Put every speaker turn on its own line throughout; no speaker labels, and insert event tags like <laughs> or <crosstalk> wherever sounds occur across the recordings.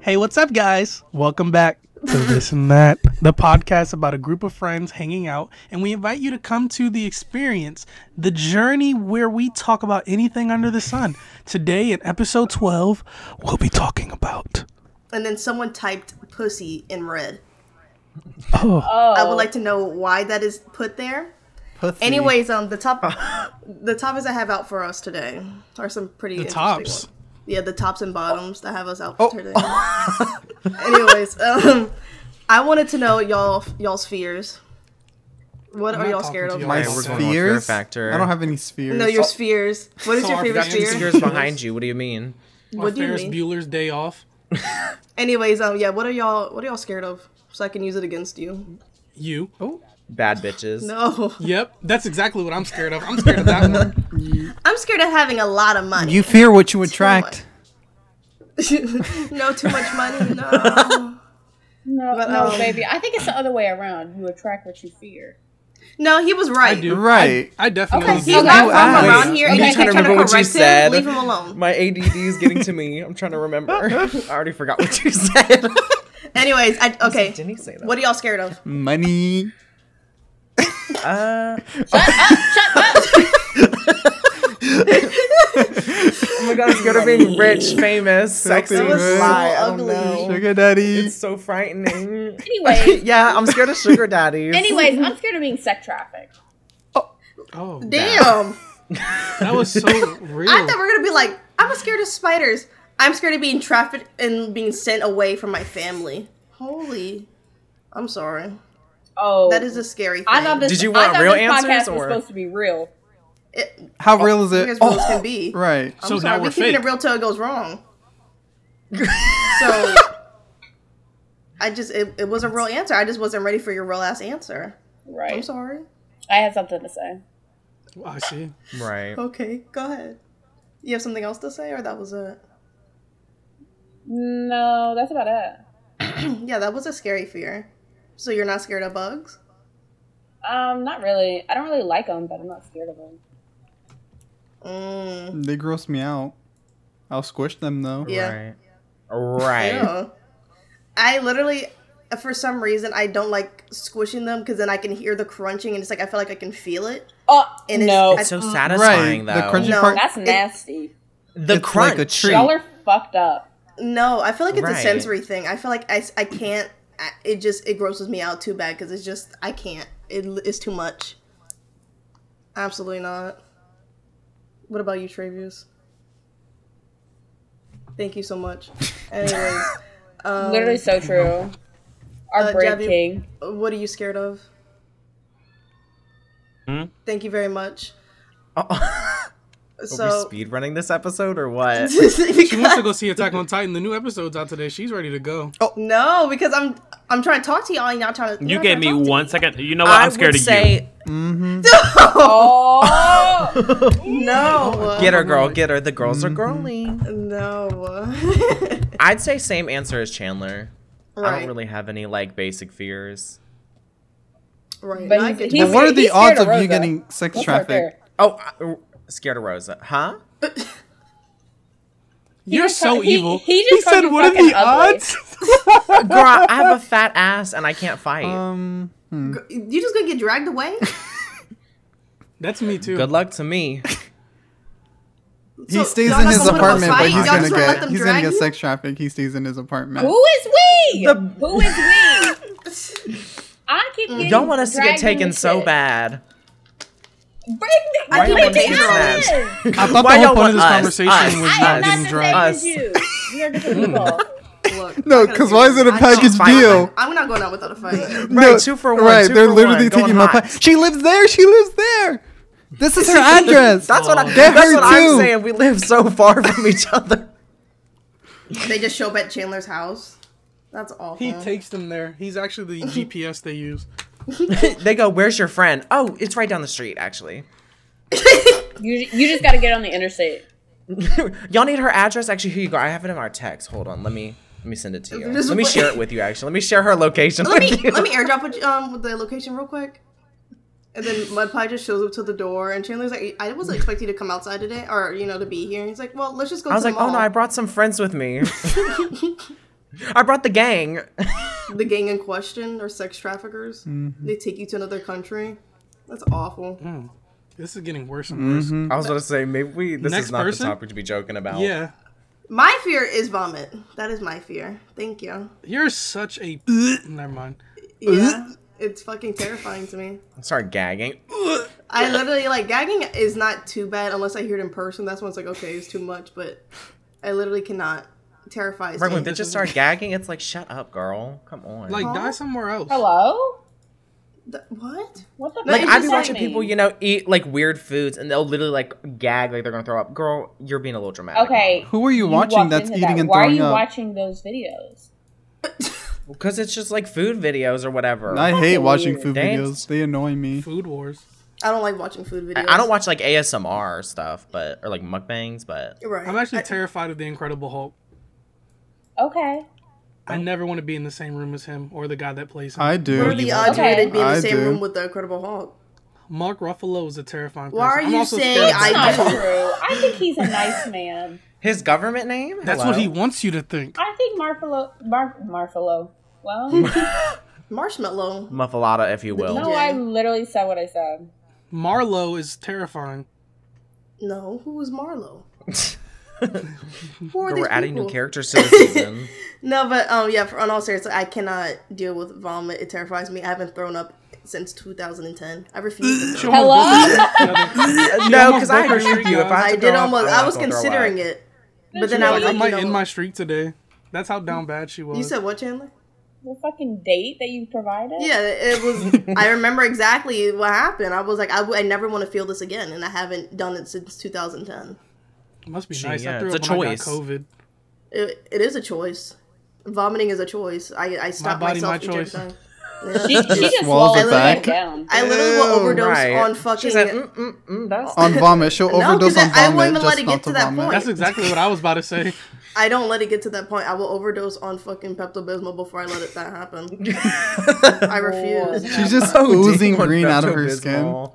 Hey, what's up, guys? Welcome back to This and That, the podcast about a group of friends hanging out, and we invite you to come to the experience, the journey where we talk about anything under the sun. Today, in episode 12, we'll be talking about.
and then someone typed pussy in red.
Oh,
I would like to know why that is put there.
Pussy.
Anyways, um, the top, <laughs> the topics I have out for us today are some pretty
the
interesting
tops. Oh.
ones. Yeah, the tops and bottoms that have us out for today. <laughs> Anyways, um, I wanted to know y'all y'all's fears. What are
not
y'all
talking
scared
to
of?
y'all.
My
Alright, we're
going on fear
spheres.
factor.
I don't have any spheres.
No, your fears. What is your
Sorry,
favorite
got you
fear?
Secures behind you. What do you mean?
What do you
Ferris
mean?
Bueller's Day Off.
Anyways, um, yeah, what are y'all what are y'all scared of? So I can use it against you.
You.
Oh.
Bad bitches.
No,
Yep, that's exactly what I'm scared of. I'm scared of that
<laughs>
one.
I'm scared of having a lot of money.
You fear what you
much.
attract.
<laughs> no, too much money. No.
No,
But,
no,
um,
baby. I think it's the other way around. You attract what you fear.
No, he was
I
right.
do.
Right.
I, I definitely
Okay,
do.
He's
You
not
do
from
ask.
around here.
I'm
and
just
you
trying to
keep
remember what
you
correct him,
said.
Leave him alone.
My ADD is getting to me. I'm trying to remember. I already forgot what you said.
Anyways, I, okay.
Didn't he say that?
What are y'all scared of?
Money.
Uh, <laughs> oh my god, I'm scared of being rich, famous, sexy.
That was so
fly, I don't
ugly.
know.
Sugar daddy.
oh, It's so frightening.
Anyways,
yeah, I'm scared of sugar daddies.
<laughs>
<laughs> anyways, I'm scared of being sex trafficked.
Oh,
Damn.
that was so real.
<laughs> I thought we were going to be like, I'm scared of spiders. I'm scared of being trafficked and being sent away from my family. Holy. I'm sorry.
Oh,
That is a scary thing.
I thought this.
Did you
I
want
thought
real
this
answers,
podcast was
or-
supposed to be real.
It,
How real is
you
it? Oh,
guys rules can be.
Right.
I'm
So now
sorry.
we're
We keep it
fake.
real till it
<laughs>
goes wrong. so I just it, it was a real answer. I just wasn't ready for your real ass answer. I'm
Right.
sorry.
I had something to say.
Oh, I see.
Right.
Okay, go ahead. You have something else to say, or that was a <clears throat>
No, that's about it.
yeah, that was a scary fear. So you're not scared of bugs?
Um, not really. I don't really like them, but I'm not scared of them.
Mm,
They gross me out. I'll squish them though.
yeah.
Right. Right.
Ew. I literally, for some reason, I don't like squishing them because then I can hear the crunching and it's like I feel like I can feel it.
Oh
And it's-
no,
It's so
Mm.
satisfying
Right, the
though.
crunchy
No.
part.
that's nasty.
The
It's
crunch.
like a treat.
Y'all are fucked up.
No, I feel like it's a
Right.
sensory thing. I feel like I, s- I can't. I, it just it grosses me out too bad because it's just I can't. It, it's too much. Absolutely not. What about you, Travius? Thank you so
<laughs>
much. Anyways, um,
Literally so true. Our
Uh,
break
Javi-
king.
what are you scared of?
Hmm?
Thank you very much.
Oh. Are
So <laughs>
we speed running this episode or <laughs> what?
She wants to go see Attack on Titan. The new episode's out today. She's ready to go.
no, because I'm I'm trying to talk to y'all and y'all trying to.
You
you're not
gave
trying to
me
talk to
one second. You know what? I'm scared of you.
Mm-hmm. <laughs>
Oh.
No,
Get her, girl. Get her. The girls are girly.
no.
I'd say same answer as Chandler. I
Right.
don't really have any like basic fears.
<laughs> Right.
But
no, I
he's-
get
he's-
But what are the
he's scared
odds
of
of
Rosa.
you getting sex
That's right
trafficked?
there.
Oh, I, scared of Rosa, huh?
You're
just
so
called- he-
evil.
he just called you fucking ugly."
<laughs> Girl, I I have a fat ass and I can't fight.
Um. hmm.
you. You just gonna get dragged
<laughs>
away?
That's me too.
Good luck to <laughs> me.
He
So
stays
y'all
in
not
his
gonna wanna go
apartment, but
fight?
he's
Y'all
gonna
just gonna let
get
them
he's gonna
drag
get
you?
sex trafficked. He stays in his apartment.
Who is we? Who is we? <laughs> I keep getting
Don't want us to get
dragged
taken
into
so
shit.
bad.
Bring the,
I
I
keep
bring the
getting
island.
dragged.
I thought
Why
the whole
y'all
point of
want
this
us?
conversation
Us.
was
I
y'all
am not
getting
the
dragged.
Uh,
same
Us.
as <laughs> you. Hmm. You are different people.
Look,
No,
I gotta
'cause
see
why
you.
is it a
I-
package
fine,
deal?
fine. I'm not going out without a fight.
<laughs>
No,
Right, two for one,
Right,
two
they're
for
literally
one,
taking
going
my.
hot.
pie. She lives there. She lives there. This is her address.
That's what, I,
Get
that's
her
what I'm
too.
saying. We live so far from each other.
they just show up at Chandler's house. That's awful.
He takes them there. He's actually the
<laughs>
GPS they use.
They go, "Where's your friend?" Oh, it's right down the street, actually. <laughs>
You, you just got to get on the interstate.
Y'all need her address? Actually, here you go. I have it in our text. Hold on. Let me let me send it to you.
Just
Let me
wait.
share it with you. Actually, let me share her location
let
with
me
you.
let me airdrop with, um with the location real quick. And then Mud Pie just shows up to the door, and Chandler's like, "I wasn't expecting you to come outside today, or you know, to be here." And he's like, "Well, let's just go."
I was
to
like,
the
"Oh no,
<laughs> mall."
I brought some friends with me." I brought the gang.
The gang in question are sex traffickers.
Mm-hmm.
They take you to another country. That's awful.
This is getting worse and
Mm-hmm.
worse.
I was gonna say maybe we this
Next
is not
person?
the topic to be joking about.
Yeah.
My fear is vomit. That is my fear. Thank you.
You're such
<laughs>
a. Never mind.
Yeah, it's fucking terrifying to me.
Start gagging.
I literally like gagging is not too bad unless I hear it in person. That's when it's like okay, it's too much. But I literally cannot. Terrifies
Right
me.
when bitches start gagging, it's like shut up, girl. Come on.
Like, die somewhere else.
Hello?
Th- what?
What the
Like,
fuck
I've
does
been
that
watching
mean?
people, you know, eat like weird foods and they'll literally like gag like they're gonna throw up. Girl, you're being a little dramatic.
Okay.
Who are you
walked
watching that's
into
eating and
Why are
throwing
you
up?
watching those videos?
Because it's just like food videos or whatever.
I
I,
hate watching
weird.
food
Dance.
videos. They annoy me.
Food wars.
I don't like watching food videos.
I don't watch like ASMR stuff, but or like mukbangs, but
Right.
I'm actually
I-
terrified of the Incredible Hulk.
Okay.
I
Oh.
never want to be in the same room as him or the guy that plays him.
I do.
What are the odds you
Okay.
would be in the
I
same
do.
room with the Incredible Hulk?
Mark Ruffalo is a terrifying person.
Why are
I'm
you
also
saying
scared of
I
him.
Not
do.
true. I think
<laughs>
he's a nice man.
his government name?
That's
Hello?
what he wants you to think.
I think Marfalo. Mar- Marfalo.
<laughs>
Well, no,
Marshmallow.
Muffalata, if you will.
No.
I literally said what I said.
Marlowe is terrifying.
No, who is
<laughs>
Marlo? Who are
Girl,
these
we're adding new
people?
characters to the season.
<laughs> No, but um, yeah. For, on all seriousness, I cannot deal with vomit. It terrifies me. I haven't thrown up since 2010. I
<clears throat>
refuse. to throw up. <laughs>
Hello?
no, because I
Booker
agree with
Street,
you. If
guys.
I,
I did almost. I was considering it, but then I was
Really?
I'm
like,
like
you,
in
know,
my streak today. That's how down bad she was.
you said what, Chandler?
The fucking date that you provided?
Yeah, it was. I remember exactly what happened. I was like, I, w- I never want to feel this again, and I haven't done it since 2010.
must be
Gee,
nice. I
yeah,
threw
it's
up
a
when I got
choice.
COVID.
It, it is a choice. Vomiting is a choice. I I stop
body,
myself
my
each every
choice.
time. Yeah. <laughs>
She, she just
Swallows
swallowed
it
it
back.
down.
I literally
Ew,
will overdose
right.
on
She
fucking.
said, mm, mm, mm, that's
Oh, <laughs>
On vomit, she'll
No, 'cause
overdose on
I- I
vomit.
wouldn't even
just
let it
not
get to
to
that
vomit.
point.
That's exactly what I was about to
<laughs>
say.
I don't let it get to that point. I will overdose on fucking Pepto Bismol before I let it that happen. I refuse.
She's just oozing green out of her skin.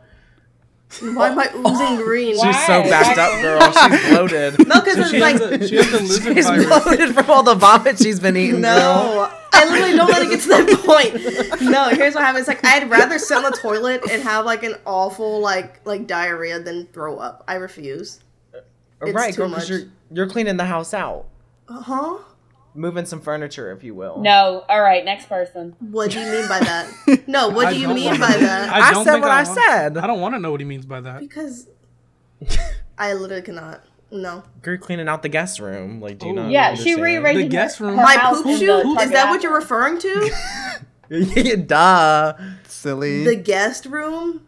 Why am I oozing green?
Why?
She's so backed up, girl.
<laughs>
She's bloated.
No, because it's
She has
like
the, she has
<laughs>
the
<laughs>
lizard
She's
virus.
bloated from all the vomit she's been eating. girl.
no. I literally don't let it get to that point. No, here's what happens. It's like I'd rather sit on the toilet and have like an awful like like diarrhea than throw up. I refuse. It's
right,
too
girl, 'cause
much.
you're you're cleaning the house out,
Uh
Uh-huh.
huh.
moving some furniture, if you will.
No. All right, next person.
What do you mean
<laughs>
by that? No, what do you
don't
mean
wanna-
by that?
I
don't
said
think
what I
want-
said.
I don't want to know what he means by that. <laughs>
Because I literally cannot. No.
you're cleaning out the guest room. Like, do you
Oh.
not?
Yeah, she
understand?
rearranged
The guest
her,
room.
her
My
house uh,
poop
in
shoe?
the
Is
Target
that what you're
outlet.
referring
<laughs>
to?
<laughs> Yeah, Duh.
Silly.
The guest room?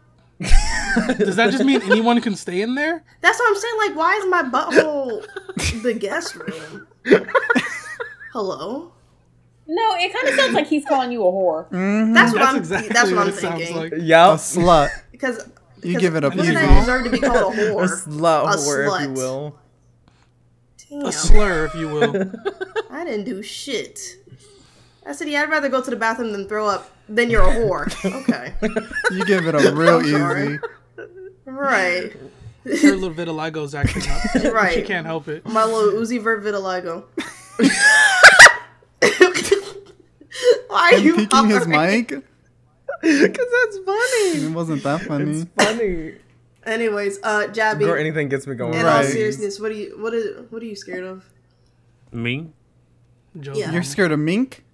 Does that just mean anyone can stay in there?
That's what I'm saying. Like, why is my butthole the
<laughs>
guest room? Hello?
No, it kind of sounds like he's calling you
<laughs>
a
Mm-hmm.
whore.
Mm-hmm.
That's what
That's
I'm.
exactly
that's what,
what
I'm
it sounds
thinking.
like.
a
Yep.
slut.
Because
You give it up
Because
doesn't
easy.
I-
I deserve to be called
<laughs>
a
<laughs> A
whore? A
slut, whore, if you
slut.
will. <laughs>
A
Damn,
slur, if you
<laughs>
will.
I didn't do shit. I said, yeah, I'd rather go to the bathroom than throw up. Then you're a
<laughs>
whore. Okay, <laughs>
You give it up real
sorry.
easy.
right,
Her little vitiligo is acting
<laughs>
up. She
right.
can't help it.
My little Uzi Vert vitiligo.
<laughs>
<laughs> Why are
Him
you
peeking his
hollering? <laughs>
mic.
Because that's funny.
It wasn't that
Mm.
funny.
Funny.
Anyways, uh, Jabby.
Girl, anything gets me going.
In all
Right.
seriousness, what do you what is what are you scared of?
Me?
Joe,
Yeah.
You're scared of mink?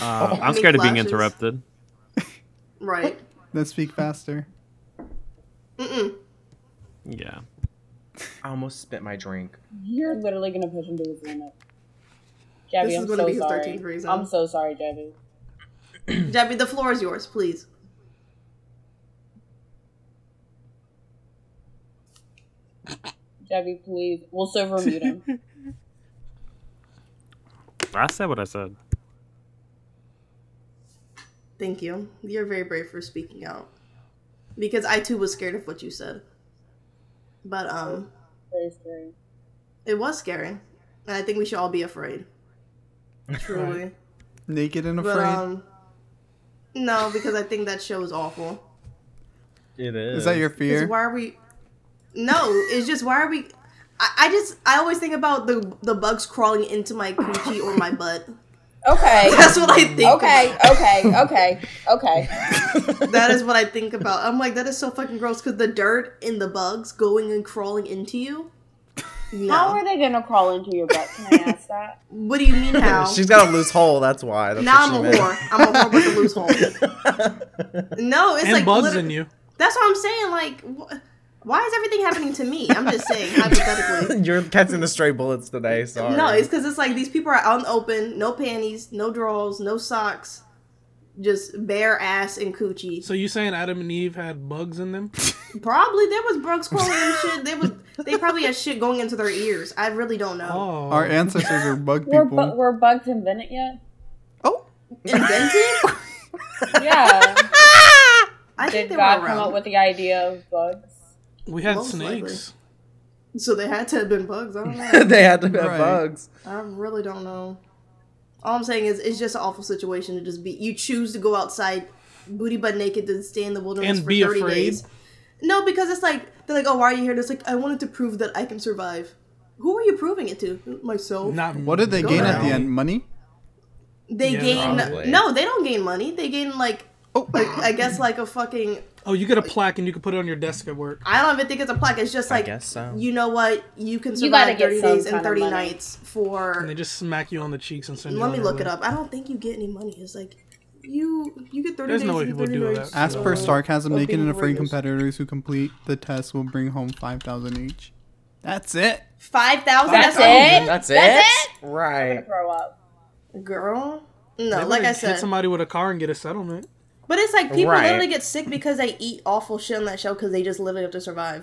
Uh, I'm
Any
scared of being
flashes?
interrupted.
Right.
Then speak faster.
Mm-mm.
Yeah.
I almost spit my drink.
You're literally gonna push him to his limit. Jabby,
This is
I'm
gonna
so
be his
sorry.
13th reason.
I'm so sorry, Jabby.
Jabby, the floor is yours, please.
Jabby, please. We'll silver
<laughs>
mute him.
I said what I said.
Thank you. You're very brave for speaking out. Because I too was scared of what you said. But um
Very scary.
it was scary. And I think we should all be afraid. Truly.
Naked and
But
afraid.
um No, because I think that show is awful.
It is.
Is that your
'Cause
fear?
why are we No, it's just why are we I, I just I always think about the the bugs crawling into my coochie or my butt. <laughs>
<laughs> Okay.
That's what I think.
Okay, okay, okay, okay.
about.
<laughs>
That is what I think about. I'm like that is so fucking gross because the dirt and the bugs going and crawling into you.
How
No.
are they gonna crawl into your butt? Can I ask that?
What do
<laughs>
you mean how?
She's got a loose hole. That's why. That's
now
what
I'm a
she
whore. I'm a whore
<laughs>
with a loose hole. No, it's
and
like
bugs
liter-
in you.
That's what I'm saying. Like, wh- why is everything happening to me? I'm just
<laughs>
saying hypothetically.
meant. <laughs> You're catching the stray bullets today. Sorry.
No, it's because it's like these people are out in the open, no panties, no drawers, no socks, just bare ass and coochie.
So you saying Adam and Eve had bugs in them?
Probably there was bugs crawling and shit. They was they probably had shit going into their ears. I really don't know.
Oh,
Our ancestors are bug
Were, bu-
people.
were bugs invented
<laughs>
yet?
Oh,
Invented?
Yeah.
I think
Did
they
God
were
come up
around.
with the idea of bugs?
we had
most
snakes.
so they had to have been bugs. I don't know.
<laughs> they had to have
Right.
bugs.
I really don't know. All I'm saying is it's just an awful situation to just be. You choose to go outside, booty butt naked, to stay in the wilderness
And
for
be
30
afraid?
days. No, because it's like they're like, oh, why are you here? And it's like I wanted to prove that I can survive. Who are you proving it to? Myself.
Not
what did they
Go
gain at the
around.
end? Money?
they
Yeah,
gain
probably.
no, they don't gain money. They gain like,
Oh,
like I guess like a fucking.
Oh, you get a plaque and you can put it on your desk at work.
I don't even think it's a plaque. It's just
I
like
guess so.
you know what you can
You gotta
survive
get
30
some
days and
kind of
30
money.
nights for
And they just smack you on the cheeks and send you.
Let
on
me
your
look
way.
it up. I don't think you get any money. It's like you you get thirty
There's
days.
no way
and
people
30
do
nights.
that.
As per
Uh,
sarcasm,
of
naked
being
and afraid
raised.
competitors who complete the test will bring home five thousand each. That's it.
Five thousand.
That's
That's
it.
That's it.
That's
Right.
Grow up.
it, girl. No,
Maybe
like
they
I
hit
said,
somebody with a car and get a settlement.
but it's like people
Right.
literally get sick because they eat awful shit on that show because they just literally have to survive,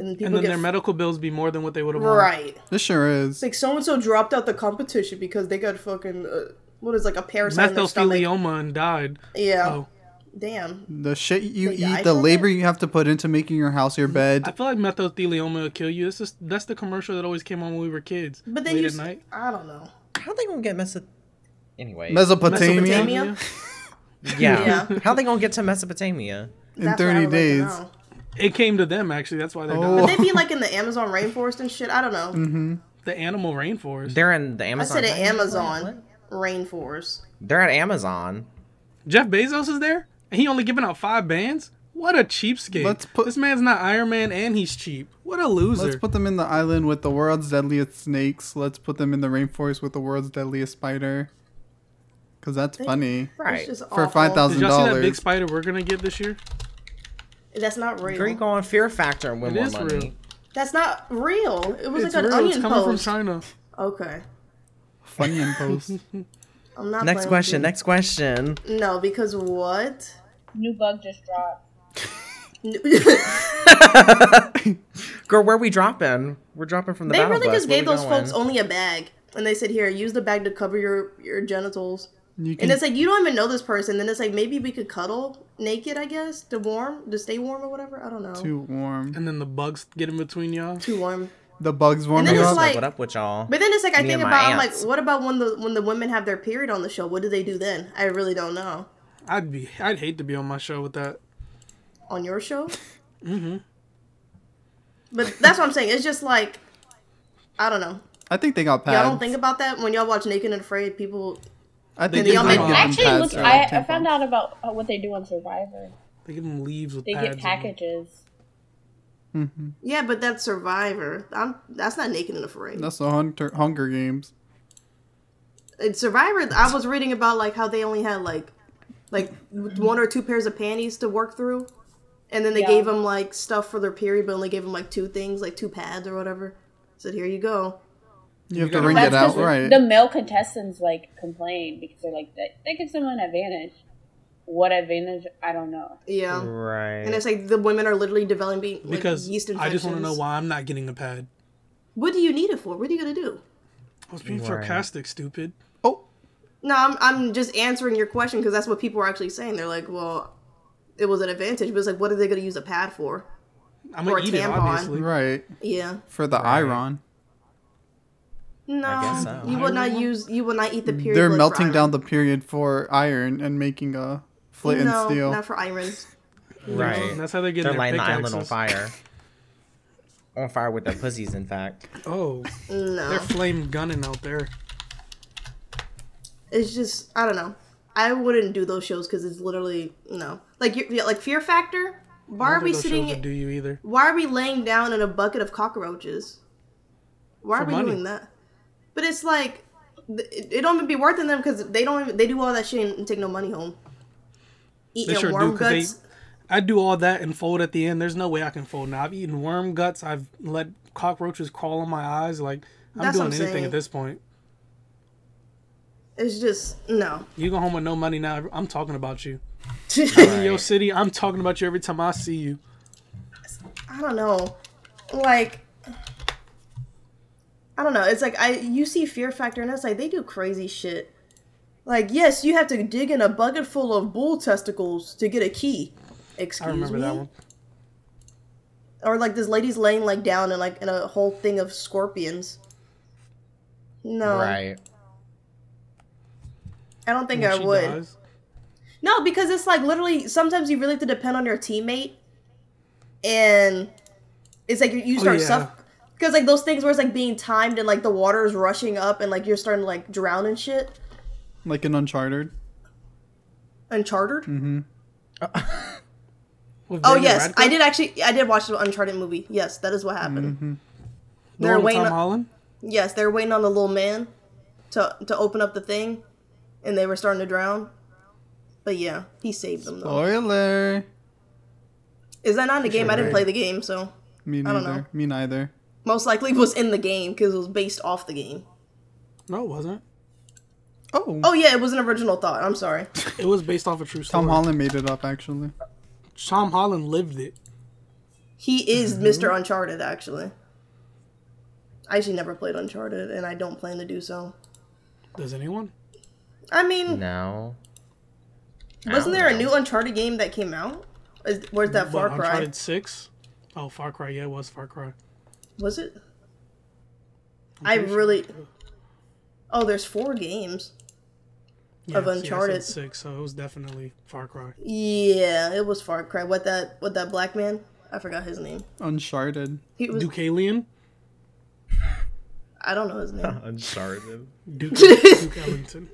and people
And then
get
their medical bills be more than what they would have.
right.
This sure
It's
is.
like so and so dropped out the competition because they got fucking uh, what is like a parasite in their stomach.
Mesothelioma and died.
Yeah,
Oh, Mm.
damn.
The shit you
They die
eat, the
from
labor
it?
you have to put into making your house your
I
bed.
feel like mesothelioma will kill you. This is that's the commercial that always came on when we were kids.
But then
late
you,
at
s-
night.
I don't know.
How they gonna get Mesopotamia? Anyway.
Mesopotamia
Mesopotamia?
yeah.
Yeah.
How they gonna get to Mesopotamia?
in
That's what I would
thirty
like to
days.
know.
It came to them actually. That's why they died.
Oh.
Would they be like in the Amazon rainforest and shit? I don't know.
Mm.
the animal rainforest.
They're in the
I
Amazon.
said an Amazon
What?
rainforest.
They're at Amazon.
Jeff Bezos is there, and he only giving out five bands. What a cheapskate!
Let's put-
this man's not Iron Man, and he's cheap. What a loser!
Let's put them in the island with the world's deadliest snakes. Let's put them in the rainforest with the world's deadliest spider. Cause that's funny.
Right.
It's just
For
awful.
five
Did
thousand
y'all see that big
dollars.
spider we're gonna get this year?
That's not real.
Greek on Fear Factor and win
It
more
is
money.
real.
That's not real. It was
it's
like an
real.
onion
It's coming from
post.
China.
Okay. <laughs>
Funyun post.
I'm not
Next
playing with
question.
you.
Next <laughs> question.
No, because
<laughs>
what?
New bug just dropped.
N- <laughs>
Girl, where we dropping? We're dropping from the
they
battle
really
bus.
just
Where
gave
we
those
going?
folks only a bag. And they said, here, use the bag to cover your, your genitals.
You
And
can
it's like, you don't even know this person. Then it's like, maybe we could cuddle naked, I guess, to warm, to stay warm or whatever. I don't know.
too warm.
And then the bugs get in between y'all.
Too warm.
The bugs warm
then
you
it's
up.
like-
what up with y'all?
But then it's like I
Me
think
and my
about I'm like,
aunts.
what about when the when the women have their period on the show? What do they do then? I really don't know.
I'd be, I'd hate to be on my show with that.
On your show? Mm-hmm. But that's what I'm saying. It's just like I don't know.
I think they got
Y'all
pads.
don't
Um,
think about that when y'all watch Naked and Afraid. People
I think
They
they
all
might
make-
give them
Actually,
pads
look,
or,
I,
like,
I found
tampons.
out about uh, what they do on Survivor.
They give them leaves with
They
pads.
get
on them.
packages.
yeah, but that's Survivor. I'm, that's not Naked and Afraid.
That's the Hunter, Hunger Games.
It's Survivor. I was reading about like how they only had like like one or two pairs of panties to work through, and then they
Yeah.
gave them like stuff for their period, but only gave them like two things, like two pads or whatever. Said here you go.
You have to
gotta-
wring it
That's
out,
'cause
right?
The male contestants like complain because they're like that, that gives them an advantage. What advantage? I don't know.
Yeah.
right.
And it's like the women are literally developing like,
Because
yeast
I
infections.
just want to know why I'm not getting a pad.
What do you need it for? What are you gonna do?
I was being
Right.
sarcastic, stupid.
oh,
No, I'm I'm just answering your question because that's what people are actually saying. They're like, well, it was an advantage, but it's like, what are they gonna use a pad for?
I'm
Or
gonna
a
eat it,
tampon.
obviously.
right.
Yeah.
For the iron.
No,
guess so.
you will not use. You will not eat the period.
They're
blood for
melting
iron.
down the period for iron and making a flint
no,
and steel.
not for irons.
You know,
right.
and that's how they get
They're
their
lighting the island on
pickaxes.
fire. on fire with their pussies. In fact,
Oh,
No.
they're flame gunning out there.
it's just I don't know. I wouldn't do those shows because it's literally no. Like you yeah, like Fear Factor. Why are we
Those shows that
sitting?
Do you either?
Why are we laying down in a bucket of cockroaches? Why
For
are we
money.
doing that? But it's like th- it it don't even be worth it to them because they don't. Even, they do all that shit and take no money home. Eat
They
your
sure do,
worm
'cause they-
guts.
I do all that and fold at the end. There's no way I can fold now. I've eaten worm guts. I've let cockroaches crawl on my eyes. Like I'm
That's what
doing
I'm
anything
saying.
at this point.
It's just
<laughs>
no.
You go home with no money now. I'm talking about you.
I
In your city, I'm talking about you every time I see you.
don't know. Like I don't know. It's like I you see Fear Factor and it's like they do crazy shit. Like yes, you have to dig in a bucket full of bull testicles to get a key. Excuse
I remember
me.
that one.
Or like this lady's laying like down in like in a whole thing of scorpions. No,
right?
I don't think
When
I
she
would.
dies.
No, because it's like literally sometimes you really have to depend on your teammate, and it's like you, you
Oh,
start
yeah.
suffering because like those things where it's like being timed and like the water is rushing up and like you're starting to like drown and shit.
Like an Uncharted.
Uncharted.
Mm-hmm. With
Oh
Daniel
yes, I
Radcliffe?
did actually. I did watch the Uncharted movie. Yes, that is what happened.
Mm-hmm. The
They're
one with
waiting
Tom
on-
Holland.
Yes, they were waiting on the little man to to open up the thing, and they were starting to drown. But yeah, he saved them though.
Spoiler.
Is that not in the game? I didn't play
right.
the game, so
Me
I don't
neither.
know.
Me neither.
most likely was in the game because it was based off the game.
No, it wasn't.
Oh.
Oh yeah, it was an original thought. I'm sorry.
It was based off a true story.
Tom Holland made it up actually.
Tom Holland lived it.
He is Mr. Uncharted, actually. I actually never played Uncharted, and I don't plan to do so.
Does anyone?
I mean,
No.
wasn't there a new Uncharted game that came out? Is, where's that Far
What,
Cry?
Uncharted Six. Oh, Far Cry. Yeah, it was Far Cry.
Was it? I
pretty sure
really. Oh, there's four games.
Yeah,
Of
see, I said
Uncharted.
Six. So it was definitely Far
<laughs>
Cry.
Yeah, it was Far Cry. What that? What that black man? I forgot his name.
Uncharted.
He was.
Deucalion.
I don't know
<laughs>
his name.
Uncharted.
<laughs>
Duke, Duke Ellington.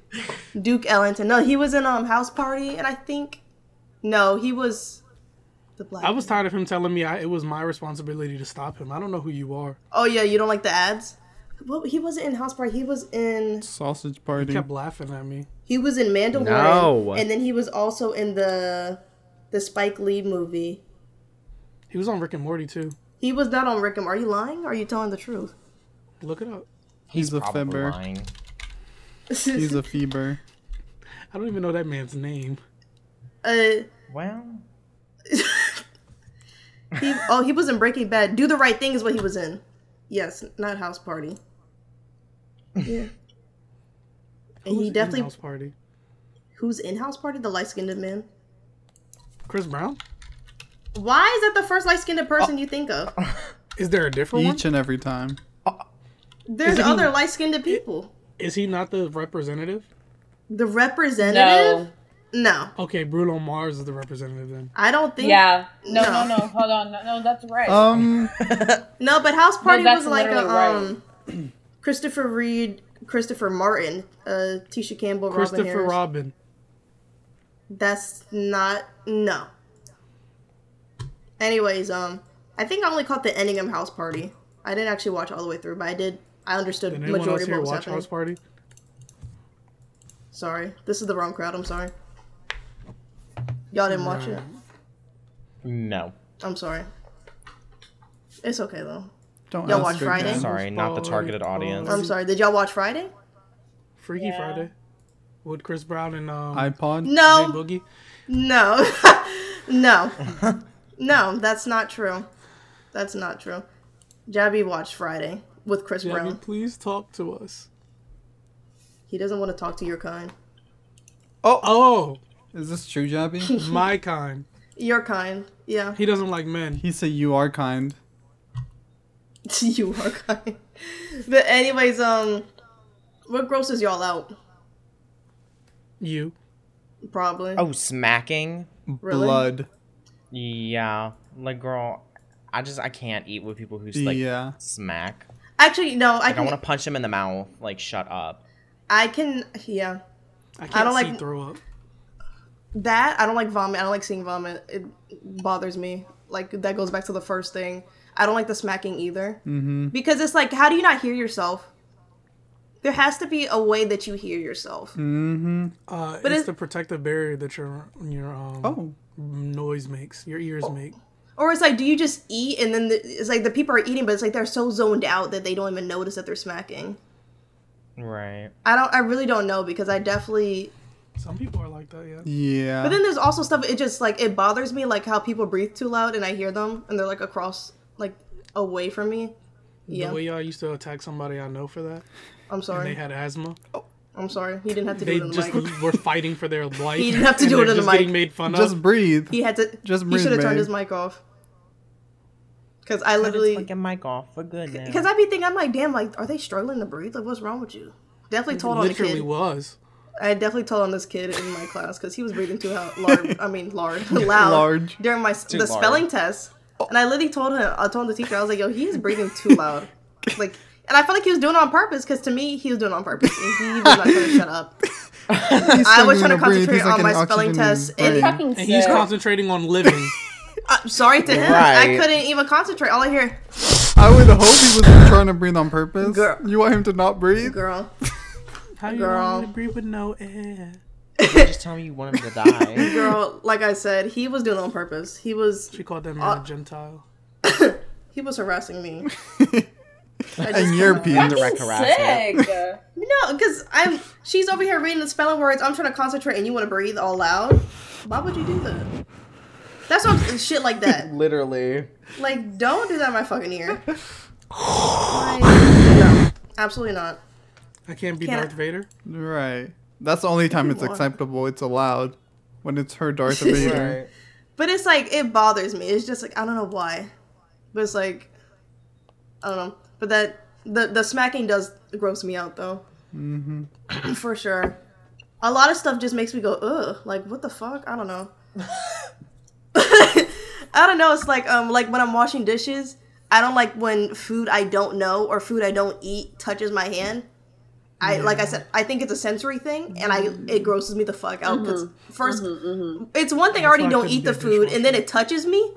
Duke Ellington. No, he was in um House Party, and I think. No, he was. The black.
I was tired of him telling me I, it was my responsibility to stop him. I don't know who you are.
Oh yeah, you don't like the ads? Well, he wasn't in House Party. He was in
Sausage party.
He kept laughing at me.
he was in Mandalorian,
No.
and then he was also in the the Spike Lee movie.
He was on Rick and Morty too.
He was not on Rick and. Are you lying? Are you telling the truth? <laughs>
Look it up.
He's,
a
probably
fibber.
lying.
He's a fever.
I don't even know that man's name.
uh,
Well,
he, oh, he was in Breaking Bad. Do the right thing is what he was in. Yes, not
<laughs>
House Party. Yeah. and
Who's
he
in
definitely
House Party.
who's in House Party? The light skinned man.
Chris Brown.
Why is that the first light skinned
Oh.
person you
<laughs>
think of?
Is there a different one?
Each and every time.
There's
he-
other light skinned people.
Is he not the representative?
The representative.
No.
No,
Okay, Bruno Mars is the representative then.
I don't think.
Yeah. No, no,
No.
no. Hold on. No, no that's
<laughs>
right.
Um
No, but House Party
that's
was like a
literally right.
um, <clears throat> Christopher Reed, Christopher Martin, uh, Tisha Campbell, Robin
Christopher
Harris.
Robin.
That's not no. Anyways, um, I think I only caught the ending of House Party. I didn't actually watch all the way through, but I did. I understood
Did anyone else
majority of
here
what was
watch
happening.
House Party?
Sorry, this is the wrong crowd. I'm sorry. Y'all didn't watch it.
no.
I'm sorry. It's okay though.
don't
Y'all
ask
watch
again.
Friday?
Sorry, not the
Party,
targeted audience.
party.
I'm sorry. Did y'all watch Friday?
Freaky
Yeah.
Friday. With Chris Brown and um,
iPod?
Jay
No.
Boogie.
No. <laughs>
<laughs>
no. no, that's not true. That's not true. Jabby watched Friday with Chris
Jackie,
Brown.
please talk to us.
He doesn't want to talk to your kind.
Oh,
Is this true, Jabby?
my kind.
Your kind. Yeah. <laughs>
He doesn't like men.
he said you are kind.
you are kind. But anyways, um what grosses y'all out?
You.
Probably.
Oh, smacking.
Really?
Blood.
Yeah, like girl, I just I can't eat with people who s- like
yeah.
smack.
Actually, no, I
Like I
can.
want to punch them in the mouth. Like shut up.
I can. Yeah,
I can't
I don't
see
like-
throw up.
that I don't like vomit. I don't like seeing vomit. It bothers me. Like that goes back to the first thing. I don't like the smacking either
Mm-hmm.
because it's like, how do you not hear yourself? There has to be a way that you hear yourself.
Mm-hmm.
Uh,
But
it's,
it's-
the protective barrier that your your um,
Oh.
noise makes, your ears make.
Or it's like, do you just eat and then the, it's like the people are eating, but it's like they're so zoned out that they don't even notice that they're smacking.
Right.
I don't. I really don't know because I definitely.
Some people are like that, yeah.
Yeah.
But then there's also stuff. It just like it bothers me, like how people breathe too loud and I hear them and they're like across, like away from me. Yeah,
The way y'all used to attack somebody I know for that,
I'm
and
sorry.
they had asthma.
I'm sorry. He didn't have to do
They
it on the
just <laughs>
mic.
were fighting for
<laughs>
their life.
didn't have to
and
do it
they're
on the
just Getting
mic.
made fun
just
of.
breathe.
He had to.
Just
he
breathe,
should have turned
babe.
his mic off. Because I
Turn his
literally.
fucking mic off for good now.
Because I'd be thinking, I'm like, damn, like, are they struggling to breathe? Like, what's wrong with you? Definitely told on the
Literally
kid.
was.
I definitely told on this kid in my class because he was breathing too hou- lar- I mean, lard, <laughs> loud
Large.
during my the
large.
spelling test. And I literally told him, I told the teacher, I was like, yo, he is breathing too loud. Like, and I felt like he was doing it on purpose because to me, he was doing it on purpose. And he was not trying to shut up.
He's
I was
struggling
trying to
breathe.
concentrate
He's, like,
on my
getting
spelling
oxygen in his
test and-
brain.
Fucking
And he's
sick.
concentrating on living.
I'm sorry to him. I
Right.
couldn't even concentrate. All I hear,
I would hope
<laughs>
he was trying to breathe on purpose.
Girl.
You want him to not breathe?
girl.
How you
Girl.
want me to breathe with no air?
just tell me you want him to
<laughs>
die.
girl like i said he was doing it on purpose he was
She called that man a
Uh,
gentile.
he was harassing me
and you're being
Fucking
<laughs>
direct harassment.
sick.
no because i'm she's over here reading the spelling words i'm trying to concentrate and you want to breathe all loud why would you do that that's what I'm- shit like that
Literally.
like don't do that in my fucking ear Like, no absolutely not
I can't be
Can't-
Darth Vader.
right. That's the only time it's acceptable. It's allowed when
<laughs>
it's her Darth Vader.
Right.
but it's like it bothers me it's just like i don't know why but it's like i don't know but that the the smacking does gross me out though
mm-hmm.
<clears throat> For sure. A lot of stuff just makes me go, ugh, like what the fuck? I don't know. <laughs> I don't know. It's like um like when I'm washing dishes, I don't like when food I don't know or food I don't eat touches my hand. I like I said, I think it's a sensory thing, and I it grosses me the fuck out. 'cause first, it's one thing I already
why I
don't
couldn't
eat
be
the
a
food, and then
dishwasher.
it touches me.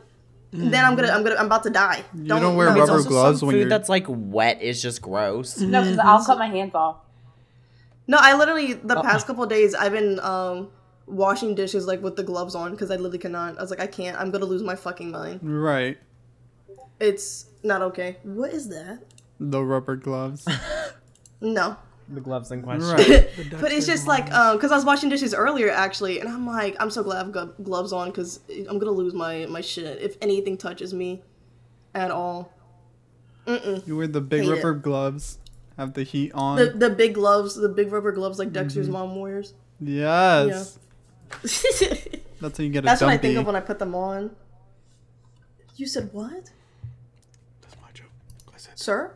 Then I'm gonna I'm gonna I'm about to die.
Mm. You don't, wear
no.
rubber
Also,
gloves
some
when
food
you're.
that's like wet is just gross.
No, because I'll cut my hands off.
No, I literally
Uh-uh.
the past couple days I've been um washing dishes like with the gloves on because I literally cannot. I was like, I can't. I'm gonna lose my fucking mind.
Right.
It's not okay. What is that?
The
<laughs>
rubber gloves.
No,
The gloves in question.
right.
but it's just like um because I was washing dishes earlier actually, and I'm like, I'm so glad I've got gloves on because I'm gonna lose my my shit if anything touches me at all. Mm-mm.
You wear the big
Hate it.
rubber gloves. Have the heat on.
The the big gloves, the big rubber gloves like Dexter's
Mm-hmm.
mom wears. <laughs>
yes.
That's
That's how you get a
what I
dumpy.
think of when I put them on. You said what,
That's my joke. I said,
sir?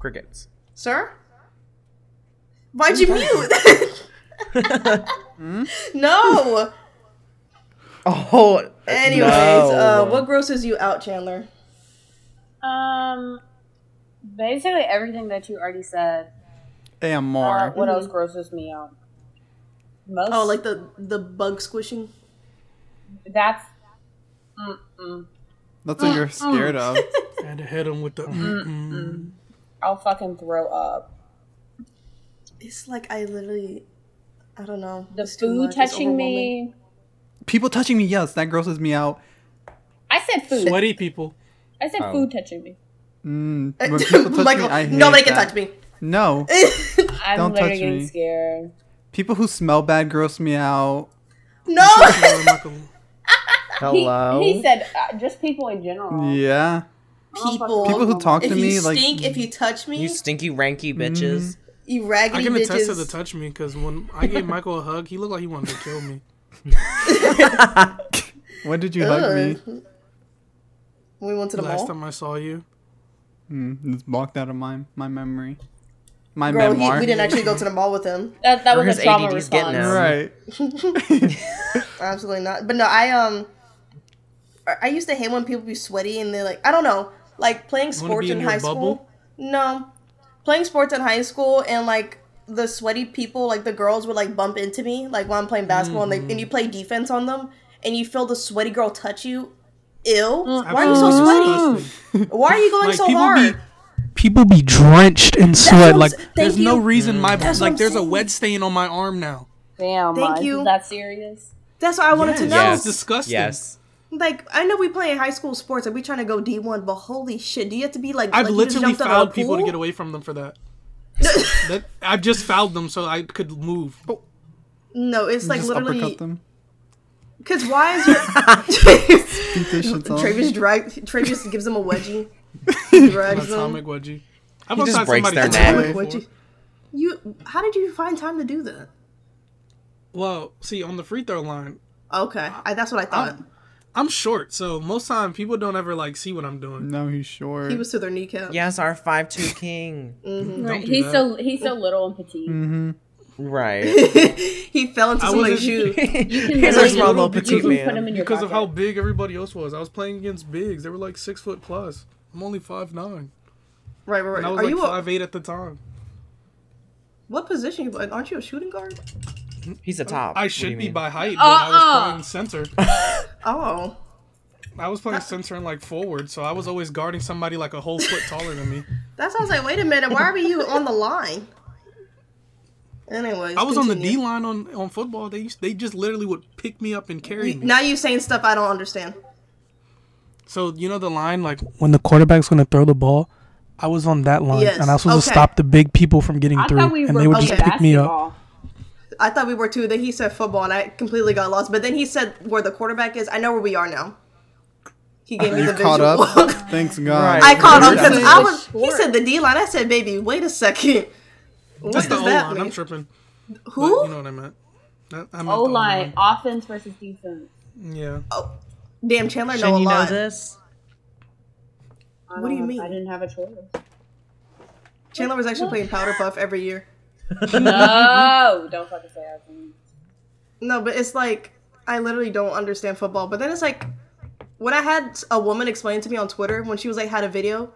Crickets.
Sir? Why'd you mute? <laughs>
<laughs> Hmm?
No.
<laughs>
Oh.
Anyways, uh,
no.
what grosses you out, Chandler?
Um, basically everything that you already said.
and
Uh,
more.
what else grosses me out? Most.
Oh, like the the bug squishing.
that's. Mm-mm.
That's
<laughs>
what you're
Mm.
scared of.
I had to hit him with the.
Mm-hmm.
Mm-mm.
I'll fucking throw up.
It's like I literally, I don't know.
The
It's too
food
much. It's
touching me.
People touching me, yes, that grosses me out.
I said food.
<laughs> Sweaty people.
I said
Oh.
food touching me.
<laughs>
Mm, when people touch
overwhelming. Michael,
me, I hate
nobody can
that. <laughs>
touch me. <laughs>
No.
I'm
Don't
literally
touch
getting
me.
scared.
People who smell bad gross me out.
no.
Or Michael-
Hello.
He, he said uh, just people in general.
Yeah.
People.
People who talk
If
to
you
me like
stink, if you touch me,
you
you,
stinky ranky
Mm-hmm.
bitches.
raggedy
I can
bitches.
attest to the touch me because when I gave Michael a hug, he looked like he wanted to kill
<laughs>
me.
when did you hug me?
Ugh. When we went to the
Last
mall.
time I saw you,
Mm, it's blocked out of my my memory. My
Bro, he,
memoir.
we
<laughs>
didn't actually go to the mall with him.
That, that
Where
was a
his
trauma
ADD's getting
response.
at?
Right.
Absolutely not. But no, I um I used to hate when people be sweaty and they're like, I don't know, like playing
wanna
sports
be
in,
in your
high
bubble?
school. No, playing sports in high school and like the sweaty people, like the girls would like bump into me, like while I'm playing basketball, and they
Mm-hmm.
and you play defense on them, and you feel the sweaty girl touch you. Ew!
Mm,
Why are you so sweaty?
Disgusting.
Why are you going
Like
so
people
hard?
be people be drenched in sweat.
I'm
Like
s- thank
there's no
you.
reason my
That's what
like
I'm
there's a
saying.
wet stain on my arm now.
Damn,
Thank
Ma, is
you.
it that serious?
That's what I wanted to
Yes.
know.
Yes. disgusting.
Yes.
Like I know we play in high school sports and we trying to go D one, but holy shit, do you have to be like?
I've
like you just
literally
jumped out of a
fouled people to
pool?
get away from them for
<laughs>
that. that I've just fouled them so I could move.
No, it's like
just
literally
uppercut them.
because
<laughs>
why is your <laughs>
Beat this shit off.
Travis drag Travis gives him a wedgie.
<laughs> An
Drags
atomic wedgie. I've
He just
outside
breaks
somebody's
their
door
neck.
before.
Wedgie. You how did you find time to do that?
Well, see, on the free throw line,
Okay, I, that's what I thought.
I'm short, so most time people don't ever like see what I'm doing.
Now he's short.
he was to their kneecap.
Yes, our five two king.
Right.
do
He's
that.
so he's so little and petite.
<laughs>
Right.
he fell into
I
somebody's
wasn't-
shoe.
You can
Here's our
literally-
small little
you
petite
can
man.
put him in your
because of how
pocket.
big everybody else was. I was playing against bigs. They were like six foot plus. I'm only five nine.
Right, right, right.
And I was
Are
like
you a,
five eight at the time.
what position? you play? Aren't you a shooting guard?
He's a top.
I
What do
should
you
be
mean?
by height, but I
Uh-uh.
was playing center.
Oh,
I was playing center and like forward, so I was always guarding somebody like a whole foot taller than me.
that sounds like. Wait a minute. Why were you on the
<laughs>
line? Anyways,
I was on the D
continue.
line on on football. They used, they just literally would pick me up and carry
You-
me.
Now you saying stuff I don't understand.
So you know the line like when the quarterback's going to throw the ball, I was on that line
Yes,
and I was supposed to
okay.
stop the big people from getting
I
through,
thought we
and
were
they would
okay,
just pick me up.
basketball.
I thought we were too. Then he said football, and I completely got lost. But then he said where the quarterback is. I know where we are now. He gave me
you
the
caught
visual.
up. <laughs> Thanks God.
<laughs>
Right.
I caught up
You're
because
so
I was. He
short.
said the D line. I said, "Baby, wait a second. What
That's the
does
O
that
line.
mean?
I'm tripping. But
Who?
you know what I meant. I, I meant the
O
O
line, Oh offense versus defense.
line. Yeah.
oh, damn, Chandler know
Shouldn't
a
you know
lot.
this?
I
What do you
don't-
mean?
Um, I didn't have a choice.
Chandler was actually playing Powder Puff every year.
<laughs> No, don't fucking say that. to me.
No, but it's like I literally don't understand football. But then it's like when I had a woman explain to me on Twitter when she was like had a video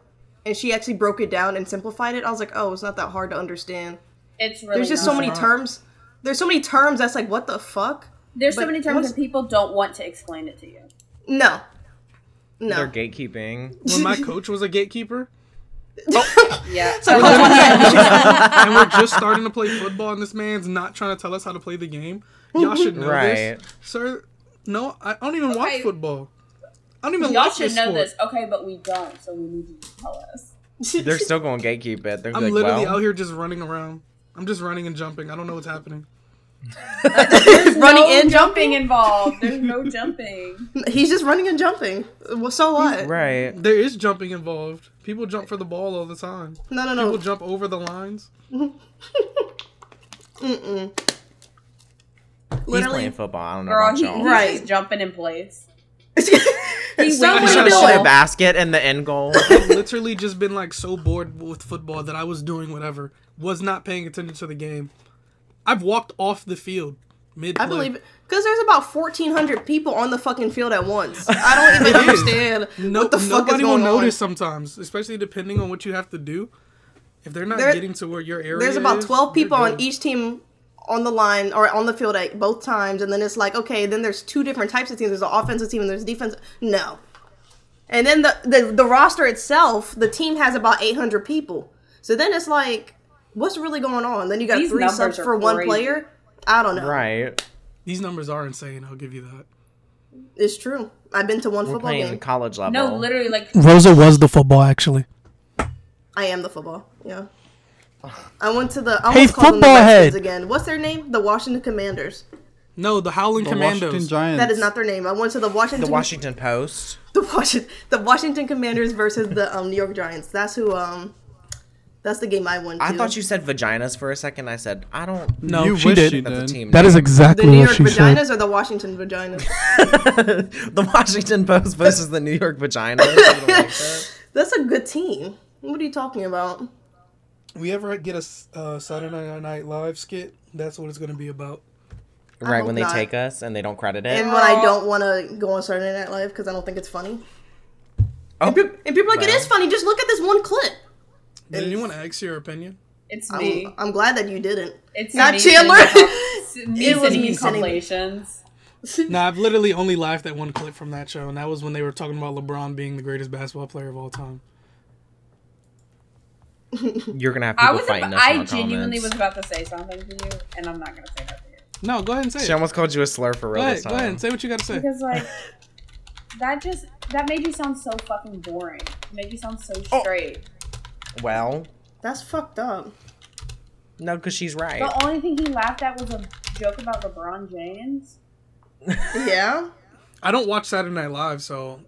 and she actually broke it down and simplified it. I was like, oh, it's not that hard to understand.
It's really
There's just
not.
so many
not.
terms. There's so many terms that's like, what the fuck?
There's so
but
many terms
once-
and people don't want to explain it to you.
No, no.
They're gatekeeping.
When my coach was a gatekeeper,
Yeah.
So
and we're just starting to play football, and this man's not trying to tell us how to play the game. Y'all should know
Right.
this, sir. No, I don't even watch
Okay.
football. I don't even
Y'all
like
should
this
know
sport.
this. Okay, but we don't, so we need you to tell us.
They're still going to gatekeep it. They're
I'm
like,
literally
well,
out here just running around. I'm just running and jumping. I don't know what's happening.
<laughs> running
no
and
jumping
jumping.
involved. There's <laughs> no jumping.
He's just running and jumping. Well, so what?
right.
There is jumping involved. People jump for the ball all the time.
No, no,
People
<laughs> no.
jump over the lines.
He's
Literally.
playing football. I don't know
Girl,
about
he,
y'all.
he's
Right.
just jumping in <laughs> place.
He's
winked
so
at
you.
doing.
Shoot a basket and the end goal.
I've literally just been like so bored with football that I was doing whatever, was not paying attention to the game. I've walked off the field mid play.
I believe it. Because there's about 1,400 people on the fucking field at once. I
<laughs>
don't even understand
No,
what the fuck is
nobody will
going on.
notice sometimes, especially depending on what you have to do. If they're not
There-
getting to where your area
There's about
is,
12 people
you're
on e-
good.
each team on the line or on the field at both times. And then it's like, okay, then there's two different types of teams. There's an offensive team and there's defense. No. And then the, the, the roster itself, the team has about 800 people. So then it's like, what's really going on? Then you got
These
three
numbers
subs
are
for one
crazy.
player. I don't know.
right.
These numbers are insane, I'll give you that.
It's true. I've been to one
We're
football
playing
game.
college level.
No,
<laughs>
literally, like
Rosa was the football actually.
I am the football.
<sighs>
Yeah. I went to the I
Hey,
almost called them the
football head.
Redskins again. What's their name? The Washington Commanders.
No, the Howling
The Washington
Commandos.
Giants.
That is not their name. I went to the Washington
The Washington Post.
the Washington the Washington Commanders versus the um, New York Giants. That's who um that's the game I went to.
I thought you said vaginas for a second. I said, I don't know.
No,
you
she
wish
did.
you
That's a
did.
team. <laughs>
That is
name.
the
exactly
New
what
York
she
vaginas
said.
or the Washington vaginas?
the Washington Post versus the New York vaginas. You don't like that?
That's a good team. What are you talking about?
We ever get a s- uh, Saturday Night Live skit? That's what it's going to be about.
right when they
hope not.
take us and they don't credit it.
And when I don't want to go on Saturday Night Live because I don't think it's funny.
Oh,
And people are like, it is funny. Just look at this one clip.
Did anyone ask your opinion?
It's me.
I'm, I'm glad that you didn't.
it's
not
me sitting
Chandler.
<laughs> in com- me
It was
sitting
me
in
sitting-
compilations.
No, I've literally only laughed at one clip from that show, and that was when they were talking about LeBron being the greatest basketball player of all time.
You're gonna have people
I was.
fighting
About,
us. in
I
the
genuinely
comments.
was about to say something to you, and I'm not gonna say that to you
No, go ahead and say
She
it.
almost called you a slur for
Go
real
ahead,
this
go
time.
ahead and say what you gotta say.
<laughs>
because like that just that made you sound so fucking boring. It made you sound so
Oh.
straight.
Well,
That's fucked up.
no, because she's right.
The only thing he laughed at was a joke about LeBron James.
Yeah.
I don't watch Saturday Night Live, so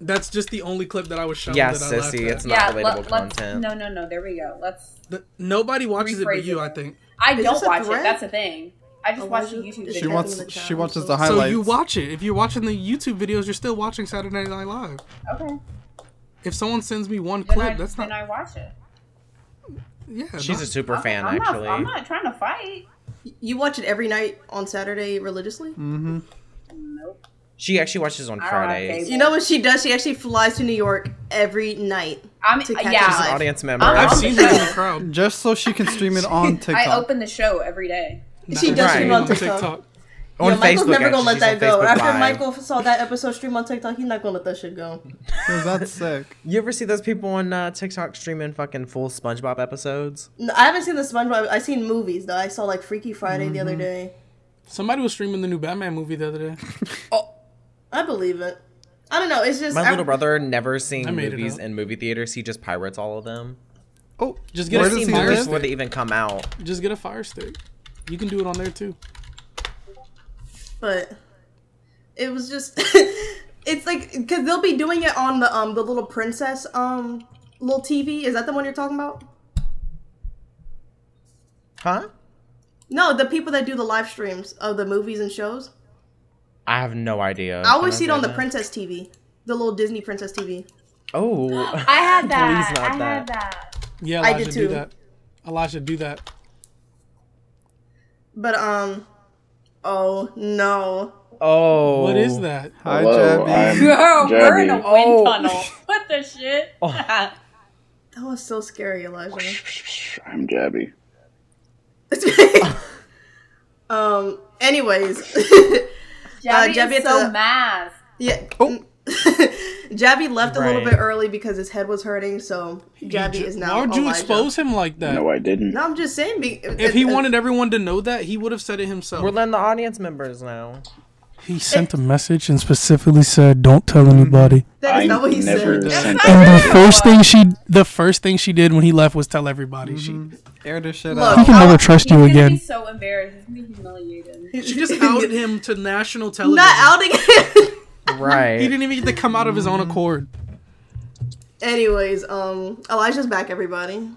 that's just the only clip that I was shown.
Yeah,
that I laughed
sissy,
at.
it's not
let-
relatable
let's-
content.
No, no, no. There we go. Let's.
The- nobody watches it but
Rephrase
you,
it.
I think.
I
Is
don't
this a
watch it.
threat?
That's the thing. I just
Oh,
watch
why
the
you-
YouTube
She
video.
She
Typing
wants
in the chat,
she
I'm
watches
so
the
So
highlights.
you watch it. If you're watching the YouTube videos, you're still watching Saturday Night Live.
okay.
If someone sends me one
Then,
clip,
I,
that's
then
not.
I watch it.
yeah,
She's a
no.
super
I'm-
fan,
I'm not-
actually.
I'm not trying to fight.
You watch it every night on Saturday religiously?
Mm.
Mm-hmm.
Nope.
She actually watches on
I don't have
Fridays.
cable.
You know what she does? She actually flies to New York every night.
I'm
To catch us
yeah.
She's
live.
an audience member.
I'm-
I've
I'm-
seen her <laughs> in the crowd.
<laughs> Just so she can
<laughs>
stream it on TikTok. <laughs>
I open the show every day.
She
does
Not
stream
really.
on
On
TikTok.
on
Yo, Michael's
Facebook,
never
actually,
gonna let
she's
that
on
go.
Facebook
After
Live.
Michael saw that episode stream on TikTok, he's not gonna let that shit go.
Cause that's sick.
You ever see those people on uh, TikTok streaming fucking full SpongeBob episodes?
No, I haven't seen the SpongeBob. I've seen movies though. I saw like Freaky Friday the
Mm-hmm.
other day.
Somebody was streaming the new Batman movie the other day.
I believe it. I don't know. It's just
My
I-
little brother never seen
I made it
movies
up.
in movie theaters. He just pirates all of them.
<laughs> Oh,
Just get
Where
a
does he
fire
movies before
stick.
they even come out?
Just get a fire stick. You can do it on there too.
But it was just. <laughs> it's like because they'll be doing it on the um the little princess um little TV. Is that the one you're talking about?
Huh?
No, the people that do the live streams of the movies and shows.
I have no idea.
I always see it
Can
on the
say that?
princess TV, the little Disney princess TV. <laughs>
Oh, <laughs>
I had that.
Please not
I
that.
had that.
Yeah,
I
Elijah,
did
do
too.
that. Elijah, do that.
But um, oh no,
oh.
What is that?
hi,
Hello,
Jabby.
<laughs>
I'm-
Girl, we're in a wind
Jabby.
Oh.
tunnel. What the shit?
<laughs>
that was so scary,
<laughs>
Elijah.
I'm Jabby.
um. Anyways, <laughs>
Oh. Uh,
Jabby
Jabby at
is so
the-
mad.
yeah.
Oh.
<laughs> Jabby left a little
Right.
bit early because his head was hurting, so Jabby
You ju-
is now.
Why would you
Elijah.
expose him like that?
No, I didn't.
No, I'm just saying. Be-
if he wanted everyone to know that, he would have said it himself.
We're letting the audience members know.
He sent a message and specifically said, "Don't tell anybody."
that
I
is not what he
never
said.
sent
And the first thing she, the first thing she did when he left was tell everybody.
Air this shit
Look.
out.
She can never trust
He's
you
gonna
again.
be so embarrassed. He's gonna be humiliated.
She just
<laughs>
outed him to national television.
Not outing him.
He
Right.
didn't even get to come out of his own accord.
<laughs> Anyways, um, Elijah's back. Everybody,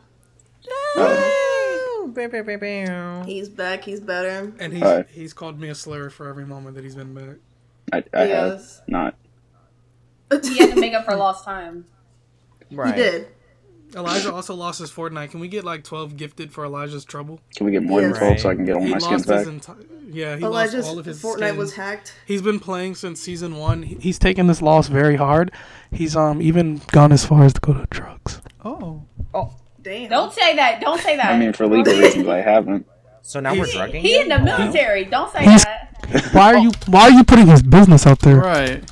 Ooh, bow, bow, bow, bow.
he's back. He's better.
And he's
Alright.
he's called me a slur for every moment that he's been back.
I, I have
Yes.
not.
He had to make up for lost time.
He
Right.
did.
Elijah also lost his Fortnite. Can we get like twelve gifted for Elijah's trouble?
Can we get more than
Yes.
12 so I can get all
he
my skins
lost
back?
his entire. Yeah, he
Elijah's
lost all of his
Fortnite
skins.
was hacked.
He's been playing since season one. He- He's taken this loss very hard. He's um even gone as far as to go to drugs.
Oh,
Damn.
Don't say that. Don't say that.
I mean, for legal reasons, I haven't.
So now we're drugging.
he in
him?
the
Wow.
military. Don't say
He's-
<laughs> that.
Why are you why are you putting his business out there?
right.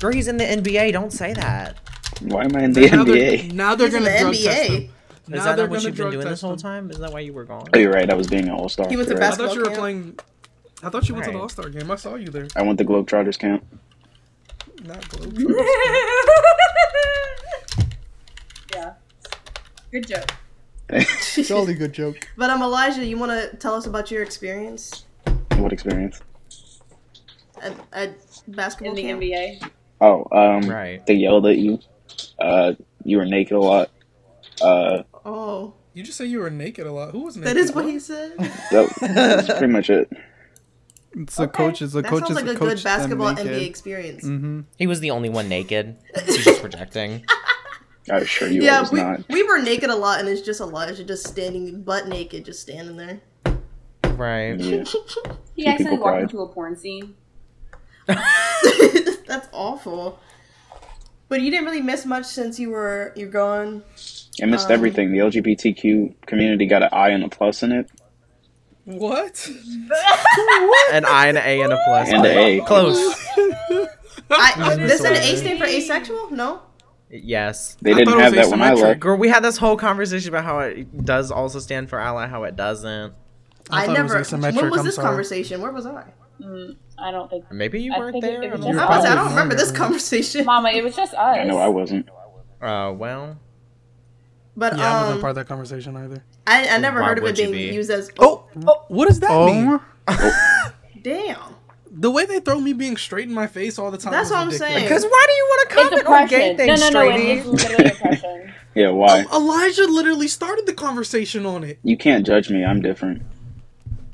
<laughs>
Girl, he's in the NBA. Don't say that.
Why am I in the
Now they're,
NBA?
now they're
He's in
gonna
the
drug
NBA.
test him.
Is
Now they're
that not what
gonna
you've been
drug
doing this
test
whole
him.
time? Is that why you were gone?
Oh, you're right. I was being an all star.
He went to
I
basketball.
thought you were
camp.
playing. I thought you went to the
Right.
All Star game. I saw you there.
I went to Globetrotters camp.
Not Globe.
yeah. Good joke.
Jolly good joke.
<laughs> But um, Elijah, you want to tell us about your experience
what experience?
at, at basketball
In the
camp?
NBA.
Oh, um,
Right.
they yelled at you. Uh, you were naked a lot. Uh,
Oh,
you just say you were naked a lot. Who was naked?
that is what he said.
that, that's pretty much it.
It's the coaches. The
That
coaches.
sounds like a
coach
good basketball
them
NBA
naked.
Mm.
Mm-hmm.
experience.
He was the only one naked.
<laughs>
He's just projecting.
I assure you, I
Yeah,
was
we,
not.
we were naked a lot, and it's just Elijah just standing butt naked, just standing there. <laughs>
Right.
He
Yeah. Keep
accidentally
people
walked
quiet.
into a porn scene.
That's awful. But you didn't really miss much since you were you're
<laughs>
gone.
I
Um,
missed everything. The LGBTQ community got an I and a plus in it,
What? An I and an A and a plus.
and an A.
Close.
I,
I'm
this an A
sorry.
stand for asexual? No.
Yes.
They
I thought
didn't
it
have
was
that when I
asymmetric.
left.
Girl, we had this whole conversation about how it does also stand for ally, how it doesn't.
I,
thought it was
never.
asymmetric,
when was
I'm
this
sorry.
conversation? Where was I?
Mm, I don't think.
Maybe you
I
weren't
think it-
there.
it was
I'm
just
I,
not-
was, I
probably
don't remember this
wrong.
<laughs>
conversation.
Mama, it was just us.
I know I wasn't.
Uh, well.
But
Yeah, I wasn't part
um,
of that conversation either.
I, I never
Why
heard of it
would you
being
be?
used as.
Oh, oh, what does that mean?
Oh,
damn!
The way they throw me being straight in my face all the time.
That's
is
what I'm
ridiculous.
saying.
Because why do you want to
It's
comment on gay
oppression. No,
things,
no, no. It's
straighty?
literally <laughs> oppression.
Yeah, why?
Elijah literally started the conversation on it.
You can't judge me. I'm different.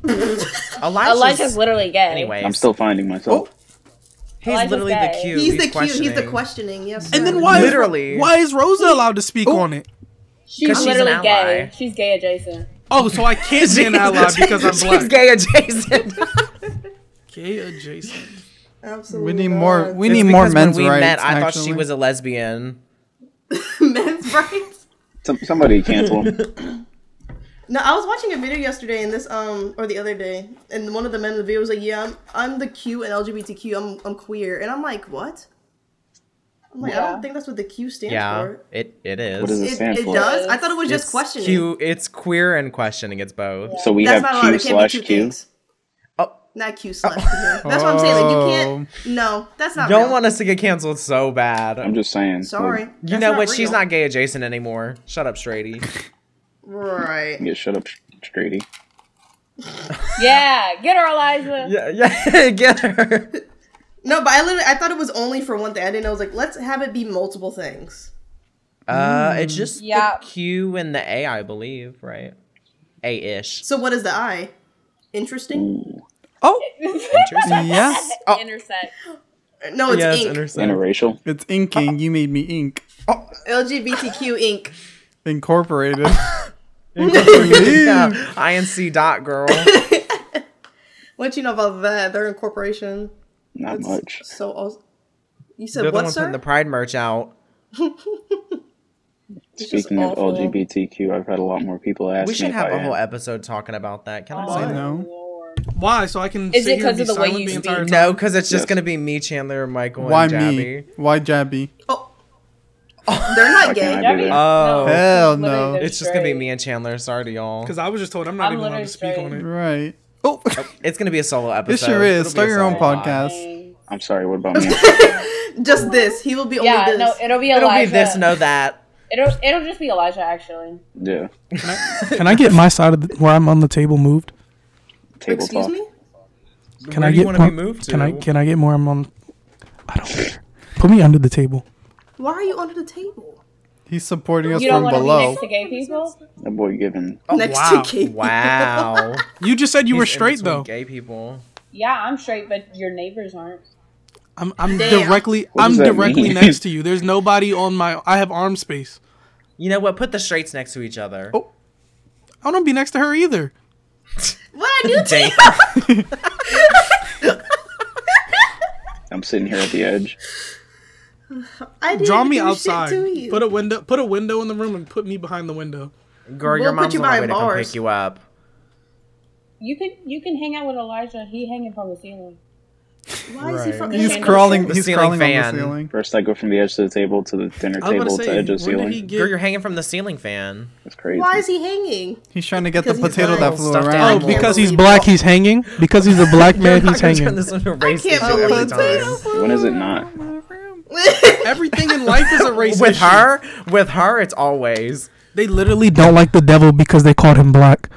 Elijah's,
Elijah's literally gay.
Anyways.
I'm still finding myself.
Oh.
He's
Elijah's
literally the
gay.
cute.
He's, the cute. He's the
questioning.
questioning. Yes.
And
sir.
then why?
Literally.
Is, why is Rosa allowed to speak
Oh.
on it?
She's
'Cause she's an
literally
ally.
gay. She's gay adjacent.
Oh, so I can't <laughs> be an ally because I'm black.
She's gay <laughs> adjacent.
Gay adjacent.
Absolutely.
we need
not.
more.
<laughs>
We
It's
need more
because when
men's
we
rights.
Met, I thought she
actually.
was a lesbian.
men's rights.
Some,
<laughs>
somebody cancel him.
No, I was watching a video yesterday, and this um or the other day, and one of the men in the video was like, "Yeah, I'm, I'm the Q and LGBTQ. I'm I'm queer," and I'm like, "What?" I'm like, I
Yeah.
don't think that's what the Q stands
Yeah,
for.
it it
What
is.
does it
It,
stand
it
for?
does. I thought it was
It's
just questioning.
Q, it's queer and questioning. It's both.
So we
That's
have
not allowed.
Q
It can't be
slash
two
Q.
things.
Oh.
Not Q slash. Q.
<laughs>
That's what I'm saying. Like you can't. No, that's not.
Don't
real.
want us to get canceled so bad.
I'm just saying.
Sorry.
Like,
you
That's
know what? She's
real.
not gay adjacent anymore. Shut
<laughs>
up, straighty.
Right.
yeah, shut up, sh- straighty.
Yeah, get her, Eliza.
yeah, yeah, <laughs> get her.
No, but I literally I thought it was only for one thing. I didn't know. I was like, let's have it be multiple things.
Hmm.
Uh, it's just
Yeah.
the Q and the A, I believe, right? A ish.
So what is the I? Interesting.
Oh,
Interesting.
yes.
Oh.
Intersect.
Mm.
No, Oh, it's
yeah, it's
ink.
interesting.
Interracial.
It's inking. You made me ink.
<laughs>
LGBTQ ink.
<laughs> Incorporated.
Yeah, INC dot
<laughs>
girl.
What you know about that? Their incorporation.
Not
That's
much.
So also, you said
They're the
what,
one
sir?
putting the Pride merch out.
It's just
Speaking of
awful.
LGBTQ, I've had a lot more people ask
We should
me
have
if
a
I
whole
am.
episode talking about that. Can I
Oh,
say
no.
Lord.
Why? So I can
Is
sit
it
here and
'cause
be
of the way
silent
you
the
speak?
entire time.
No, because it's just
Yes.
gonna be me, Chandler, Michael,
<laughs> Why
and
me?
Jabby.
Why Jabby?
Oh, they're not
can't
gay.
I do that?
Oh.
Hell
literally,
no.
they're
It's just gonna be
straight.
me and Chandler. Sorry to y'all.
Because I was just told I'm not
I'm
even allowed to
literally
speak on it.
Right. Oh,
It's gonna be a solo episode.
sure is.
It'll be a
Start your own
solo pod.
podcast.
I'm sorry,
<laughs>
what about me?
Just this. He will be only
Yeah,
this.
no, it'll be
It'll
Elijah.
be this, no that.
It'll it'll just be Elijah actually.
yeah.
Can I get my side of the, where I'm on the table moved?
Table
Excuse
talk.
me.
Can
Where
I
do
get
you wanna be
more-
moved to?
Can I can I get more? I'm on. I don't care. Put me under the table.
Why are you under the table
he's supporting us
You don't
from
want to be
below.
next to gay people.
That boy giving.
next
wow.
to Kate?
<laughs> Wow.
You just said you were
He's in
straight
between
though.
Gay people.
Yeah, I'm straight, but your neighbors aren't.
I'm I'm
Damn.
directly
What
I'm
does that
directly
mean?
next to you. There's nobody on my. I have arm space.
You know what? Put the straights next to each other.
Oh. I don't wanna be next to her either.
What? You t-
<laughs> Damn.
I'm sitting here at the edge.
<laughs> I didn't <laughs>
Draw me
do shit
outside.
to you.
Put a window. Put a window in the room and put me behind the window.
Girl,
We'll
your
put
mom's
you
on her
behind
way to come
bars.
pick you up.
You can you can hang out with Elijah. He hanging from the ceiling.
Why is he from?
He's
Chandler?
crawling.
The
he's
ceiling
crawling
fan.
on the ceiling.
First, I go from the edge to the table to the dinner
I was
table
about
to,
to say.
edge of
When
the
did he
ceiling.
get?
Girl, you're hanging from the ceiling fan.
That's crazy.
Why is he hanging? <laughs>
He's trying to get the
Because he's
potato that
lying.
flew
Stuffed
oh,
around.
animal.
because he's
believe-
black, he's hanging. Because <laughs> he's a black man,
You're
he's
not gonna turn
hanging.
this into a race
can't
issue
believe
every time.
this.
When is it not?
<laughs>
<laughs>
Everything in life <laughs> is a race
With
issue.
her, with her, it's always.
They literally don't like the devil because they called him <laughs> black.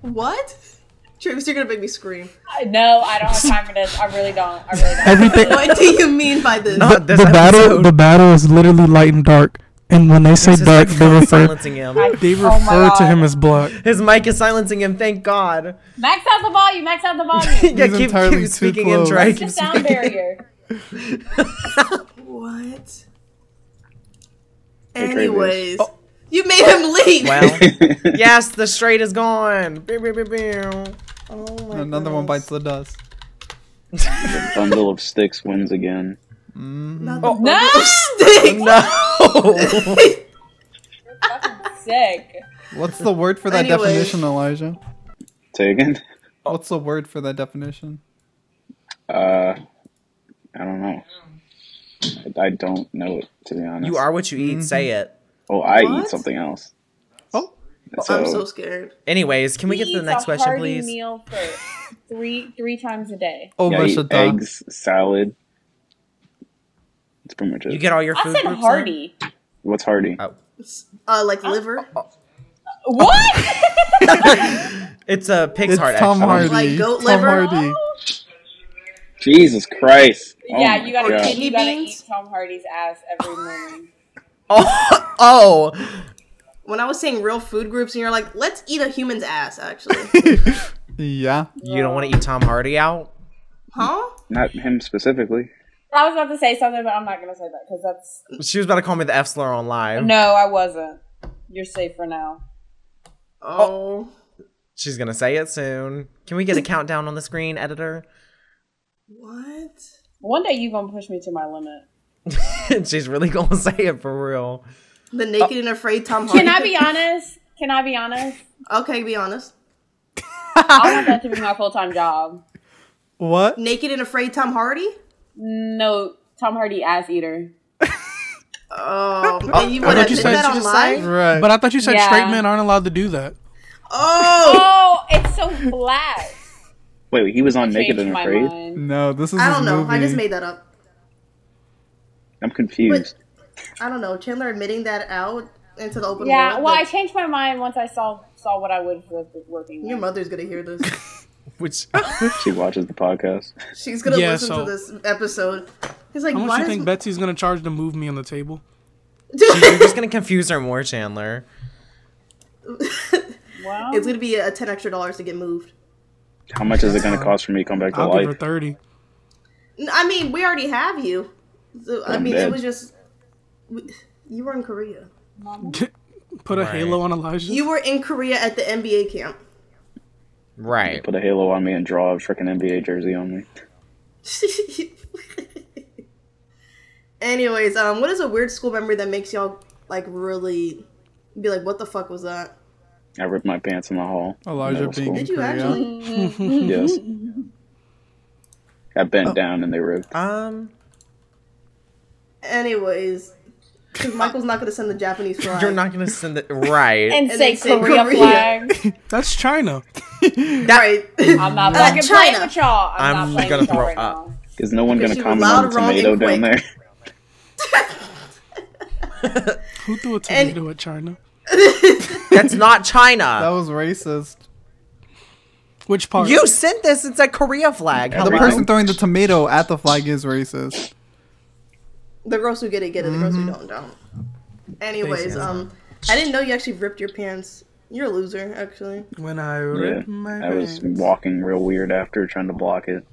what? Travis, you're gonna make me scream.
I- Uh, No, I don't have time for this. I really don't. I really don't.
Everything.
What do you mean by this?
Not this
the battle.
Ah, episode.
The battle is literally light and dark. And when they say
His
dark, <laughs>
mic
they
<laughs> is
refer
silencing him.
they
Oh my
refer to
God.
him as black.
His mic is silencing him. Thank God. <laughs>
Max out the volume. Max out the volume.
yeah,
He's
keep,
entirely
keep
too
speaking in
close.
Drake.
the sound barrier.
What?
Travis.
Anyways,
Oh.
you made him leave.
<laughs>
Well, yes, the straight is gone. Pew, pew, pew, pew.
Oh my
And another one bites the dust.
Bundle of sticks wins again.
oh,
No!
<laughs>
stick.
No.
You're fucking sick.
What's the word for that
Anyway.
definition, Elijah?
Taken.
What's the word for that definition?
Uh, I don't know. I- I don't know it to be honest.
<laughs> you are what you
Mm-hmm.
eat. Say it.
Oh, I
What?
eat something else.
Oh.
so,
I'm so scared.
Anyways, can we get to the
Eat
next
a
question,
hearty
please?
Meal for three three times a day.
Oh,
yeah, I eat
Vashata.
eggs, salad. That's pretty much it.
You get all your
I
food.
said
groups in?
hearty.
What's hearty?
Oh.
Uh,
Oh.
like liver,
What?
<laughs> It's a pig's
It's
heart.
Tom
actually.
Hardy.
Like goat
Tom
liver?
Hardy.
Jesus Christ! Oh
yeah,
my
you gotta,
God.
you
Kidney
gotta
beans?
eat Tom Hardy's ass every morning.
Oh, <laughs> oh.
when I was saying real food groups, and you're like, let's eat a human's ass, actually.
<laughs> Oh.
Yeah.
You don't want to eat Tom Hardy out?
huh?
Not him specifically.
I was about to say something, but I'm not gonna say that because that's
She was about to call me the F slur on live.
no, I wasn't. You're safe for now.
Oh.
She's gonna say it soon. Can we get a countdown on the screen, editor?
What?
One day you gonna push me to my limit.
<laughs> She's really gonna say it for real.
The naked and afraid Tom Hardy.
Can I be honest? Can I be <laughs> honest?
<laughs> Okay, be honest.
I want that to be my full time job.
What?
Naked and afraid Tom Hardy.
No, Tom Hardy ass eater.
Oh, and you would
thought
have
you
did
said-
that
you
on
just
live.
Right.
But I thought you said
Yeah.
straight men aren't allowed to do that.
Oh,
Oh, it's so flat.
Wait, wait, he was on Naked
Changed
and
my
Afraid.
mind.
no, this is
I
his
don't know. I
movie.
just made that up.
I'm confused.
I don't know. Chandler admitting that out into the open
Yeah,
world.
well, I
like,
changed my mind once I saw saw what I would was working.
your
with.
mother's gonna
<laughs>
hear this.
<laughs> Which
She watches the podcast.
She's gonna
Yeah,
listen
so-
to this episode. He's like,
How much
why
you
does
think Betsy's gonna charge to move me on the table?
<laughs>
you're just gonna confuse her more, Chandler.
Well,
it's gonna be a ten extra dollars to get moved?
How much is it going to cost for me to come back to
I'll give her
life?
thirty. <laughs>
N- I mean, we already have you. So, I
I'm
mean, it
dead.
was just we- you were in Korea.
Put a
Right.
halo on Elijah.
You were in Korea at the NBA camp. <laughs>
Right.
Put a halo on me and draw a freaking NBA jersey on me.
Anyways, um, what is a weird school memory that makes y'all like really be like, what the fuck was that?
I ripped my pants in the hall. in
Elijah
middle
being
school.
in
Did you
Korea.
actually?
Yes.
Mm-hmm.
I
Oh.
bent down and they ripped.
Um
Anyways, 'cause Michael's not gonna send the Japanese
<laughs>
flag.
you're not gonna send it right.
and, say
then say
Korea,
Korea. <laughs>
flag.
That's China. <laughs>
right.
I'm not
Uh,
fucking playing
China.
with y'all. I'm,
I'm
not playing
gonna
with y'all
throw
right
up.
now.
Is no one going
Because
to
you
comment
loud,
on
wrong, and
tomato down there? <laughs>
quick.
Who threw a tomato at China?
That's
<laughs>
not
That
China.
was racist.
Which part?
You sent this and said Korea flag.
Yeah,
The
Wow.
person throwing the tomato at the flag is racist.
The girls who get it get it. The girls who
Mm-hmm.
don't don't. Anyways, um, I didn't know you actually ripped your pants. You're a loser, actually. <laughs>
When I
Yeah.
ripped my
I was
pants.
walking real weird after trying to block it.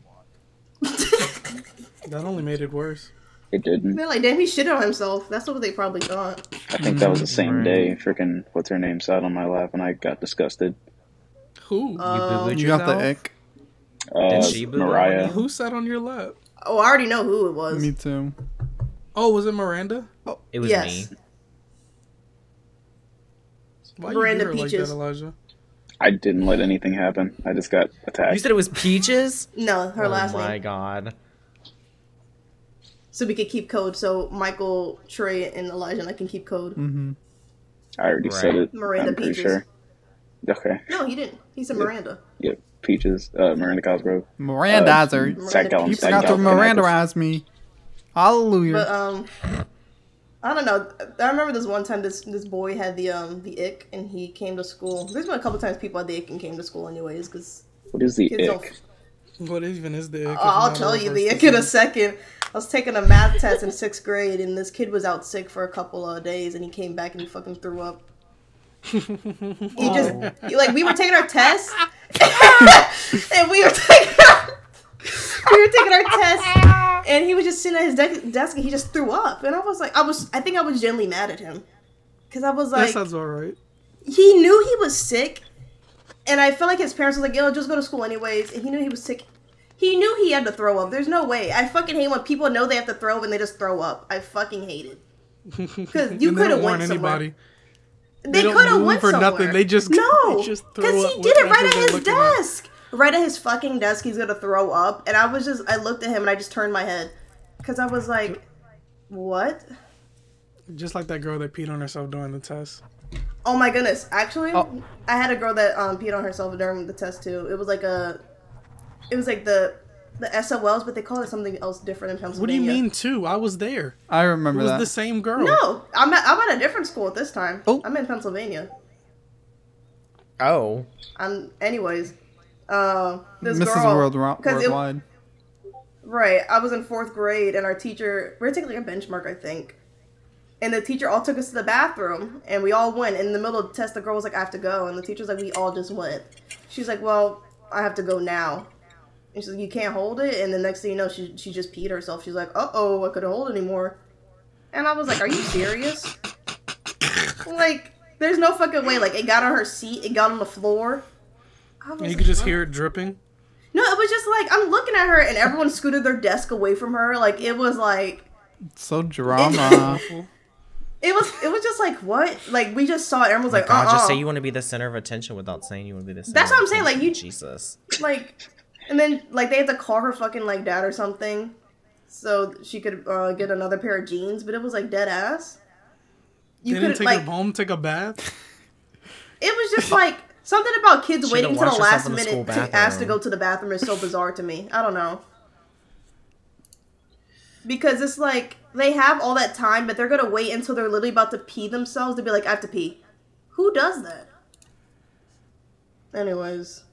That only made it worse.
It didn't.
They're like, damn, he shit on himself. That's what they probably thought.
I think that was the
Mm-hmm.
same day. Freaking what's her name sat on my lap and I got disgusted.
Who?
Uh,
boo-booed
You got the
yourself?
ick.
Uh,
she boo on
Mariah.
Who sat on your lap?
Oh, I already know who it was.
Me too.
Oh, was it Miranda?
It was
Yes.
me.
Why
Miranda
you do her like
Peaches.
that, Elijah?
I didn't let anything happen. I just got attacked.
You said it was peaches?
No, <laughs> her
oh
last
my
name.
god.
So we could keep code. So Michael, Trey, and Elijah and I can keep code.
Mm-hmm.
I already said
Right.
it.
Miranda
I'm pretty
Peaches.
sure. Okay.
No, he didn't. He said Miranda.
Yeah. Peaches. Uh, Miranda Cosgrove.
Mirandizer.
Zach Gallen.
You
Peaches.
Zach
forgot to
Gallen, Michaels.
Mirandarize me. Hallelujah.
But um, I don't know. I remember this one time this this boy had the um the ick and he came to school. There's been a couple times people had the ick and came to school anyways because
What is the
kids don't
ick?
What even is the?
Oh, I'll tell you the ick in a second. I was taking a math test in sixth grade, and this kid was out sick for a couple of days, and he came back and he fucking threw up. he just like we were taking our test, <laughs> and we were taking our, we were taking our test, and he was just sitting at his de- desk, and he just threw up, and I was like, I was, I think I was genuinely mad at him, because I was
That
like,
sounds all right.
he knew he was sick and I felt like his parents was like, "Yo, just go to school anyways." And he knew he was sick. He knew he had to throw up. There's no way. I fucking hate when people know they have to throw up and they just throw up. I fucking
<laughs>
hate it. Because you
And they don't
could have went
warn
somewhere.
anybody.
They,
don't
could have
move
went
for
somewhere.
nothing. They just-
no,
they just throw
because
up
he did it right
whatever they're
at his
looking at.
desk, right at his fucking desk. He's gonna throw up, and I was just, I looked at him and I just turned my head because I was like, what?
Just like that girl that peed on herself during the test.
Oh my goodness! Actually,
Oh.
I had a girl that um, peed on herself during the test too. It was like a, it was like the, the SOLs, but they call it something else different in
What do you
Pennsylvania.
mean too? I was there.
I
It
remember
was
that.
the same girl.
No, I'm at, I'm at a different school at this time.
Oh.
I'm in Pennsylvania.
Oh.
I'm anyways. Uh, this
Mrs.
girl,
World, Ro-
'cause it-
worldwide.
Right. I was in fourth grade, and our teacher, we were taking like a benchmark, I think. And the teacher all took us to the bathroom, and we all went. In the middle of the test, the girl was like, I have to go. And the teacher's like, We all just went. She's like, Well, I have to go now. And she's like, You can't hold it. And the next thing you know, she, she just peed herself. She's like, Uh oh, I couldn't hold anymore. And I was like, Are you serious? like, there's no fucking way. Like, it got on her seat, it got on the floor. I
And
was
you
like,
could just hear it dripping.
no, it was just like I'm looking at her, and everyone scooted their desk away from her. Like it was like <laughs>
So drama.
it was it was just like what? Like we just saw it. Everyone was like,
God,
uh,
just say you want to be the center of attention without saying you want to be the center.
That's
of
what I'm saying, like,
attention.
you-
Jesus.
like, and then like they had to call her fucking like dad or something, so she could uh, get another pair of jeans. But it was like dead ass. You
they didn't
couldn't,
take
like
her home, take a bath.
it was just like something about kids
Should've
waiting till the
washed herself
last
in the
minute
school
to ask to
bathroom.
go to the bathroom is so bizarre to me. I don't know. Because it's like they have all that time, but they're gonna wait until they're literally about to pee themselves to be like, I have to pee. Who does that? Anyways.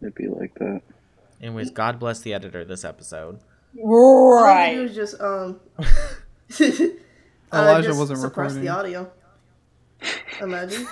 It'd be like
<laughs>
that.
Anyways, God bless the editor of this episode.
All I had to do
Right.
was just
<laughs>
um <laughs> I
Elijah
just
wasn't
suppressed
recording.
the audio. Imagine.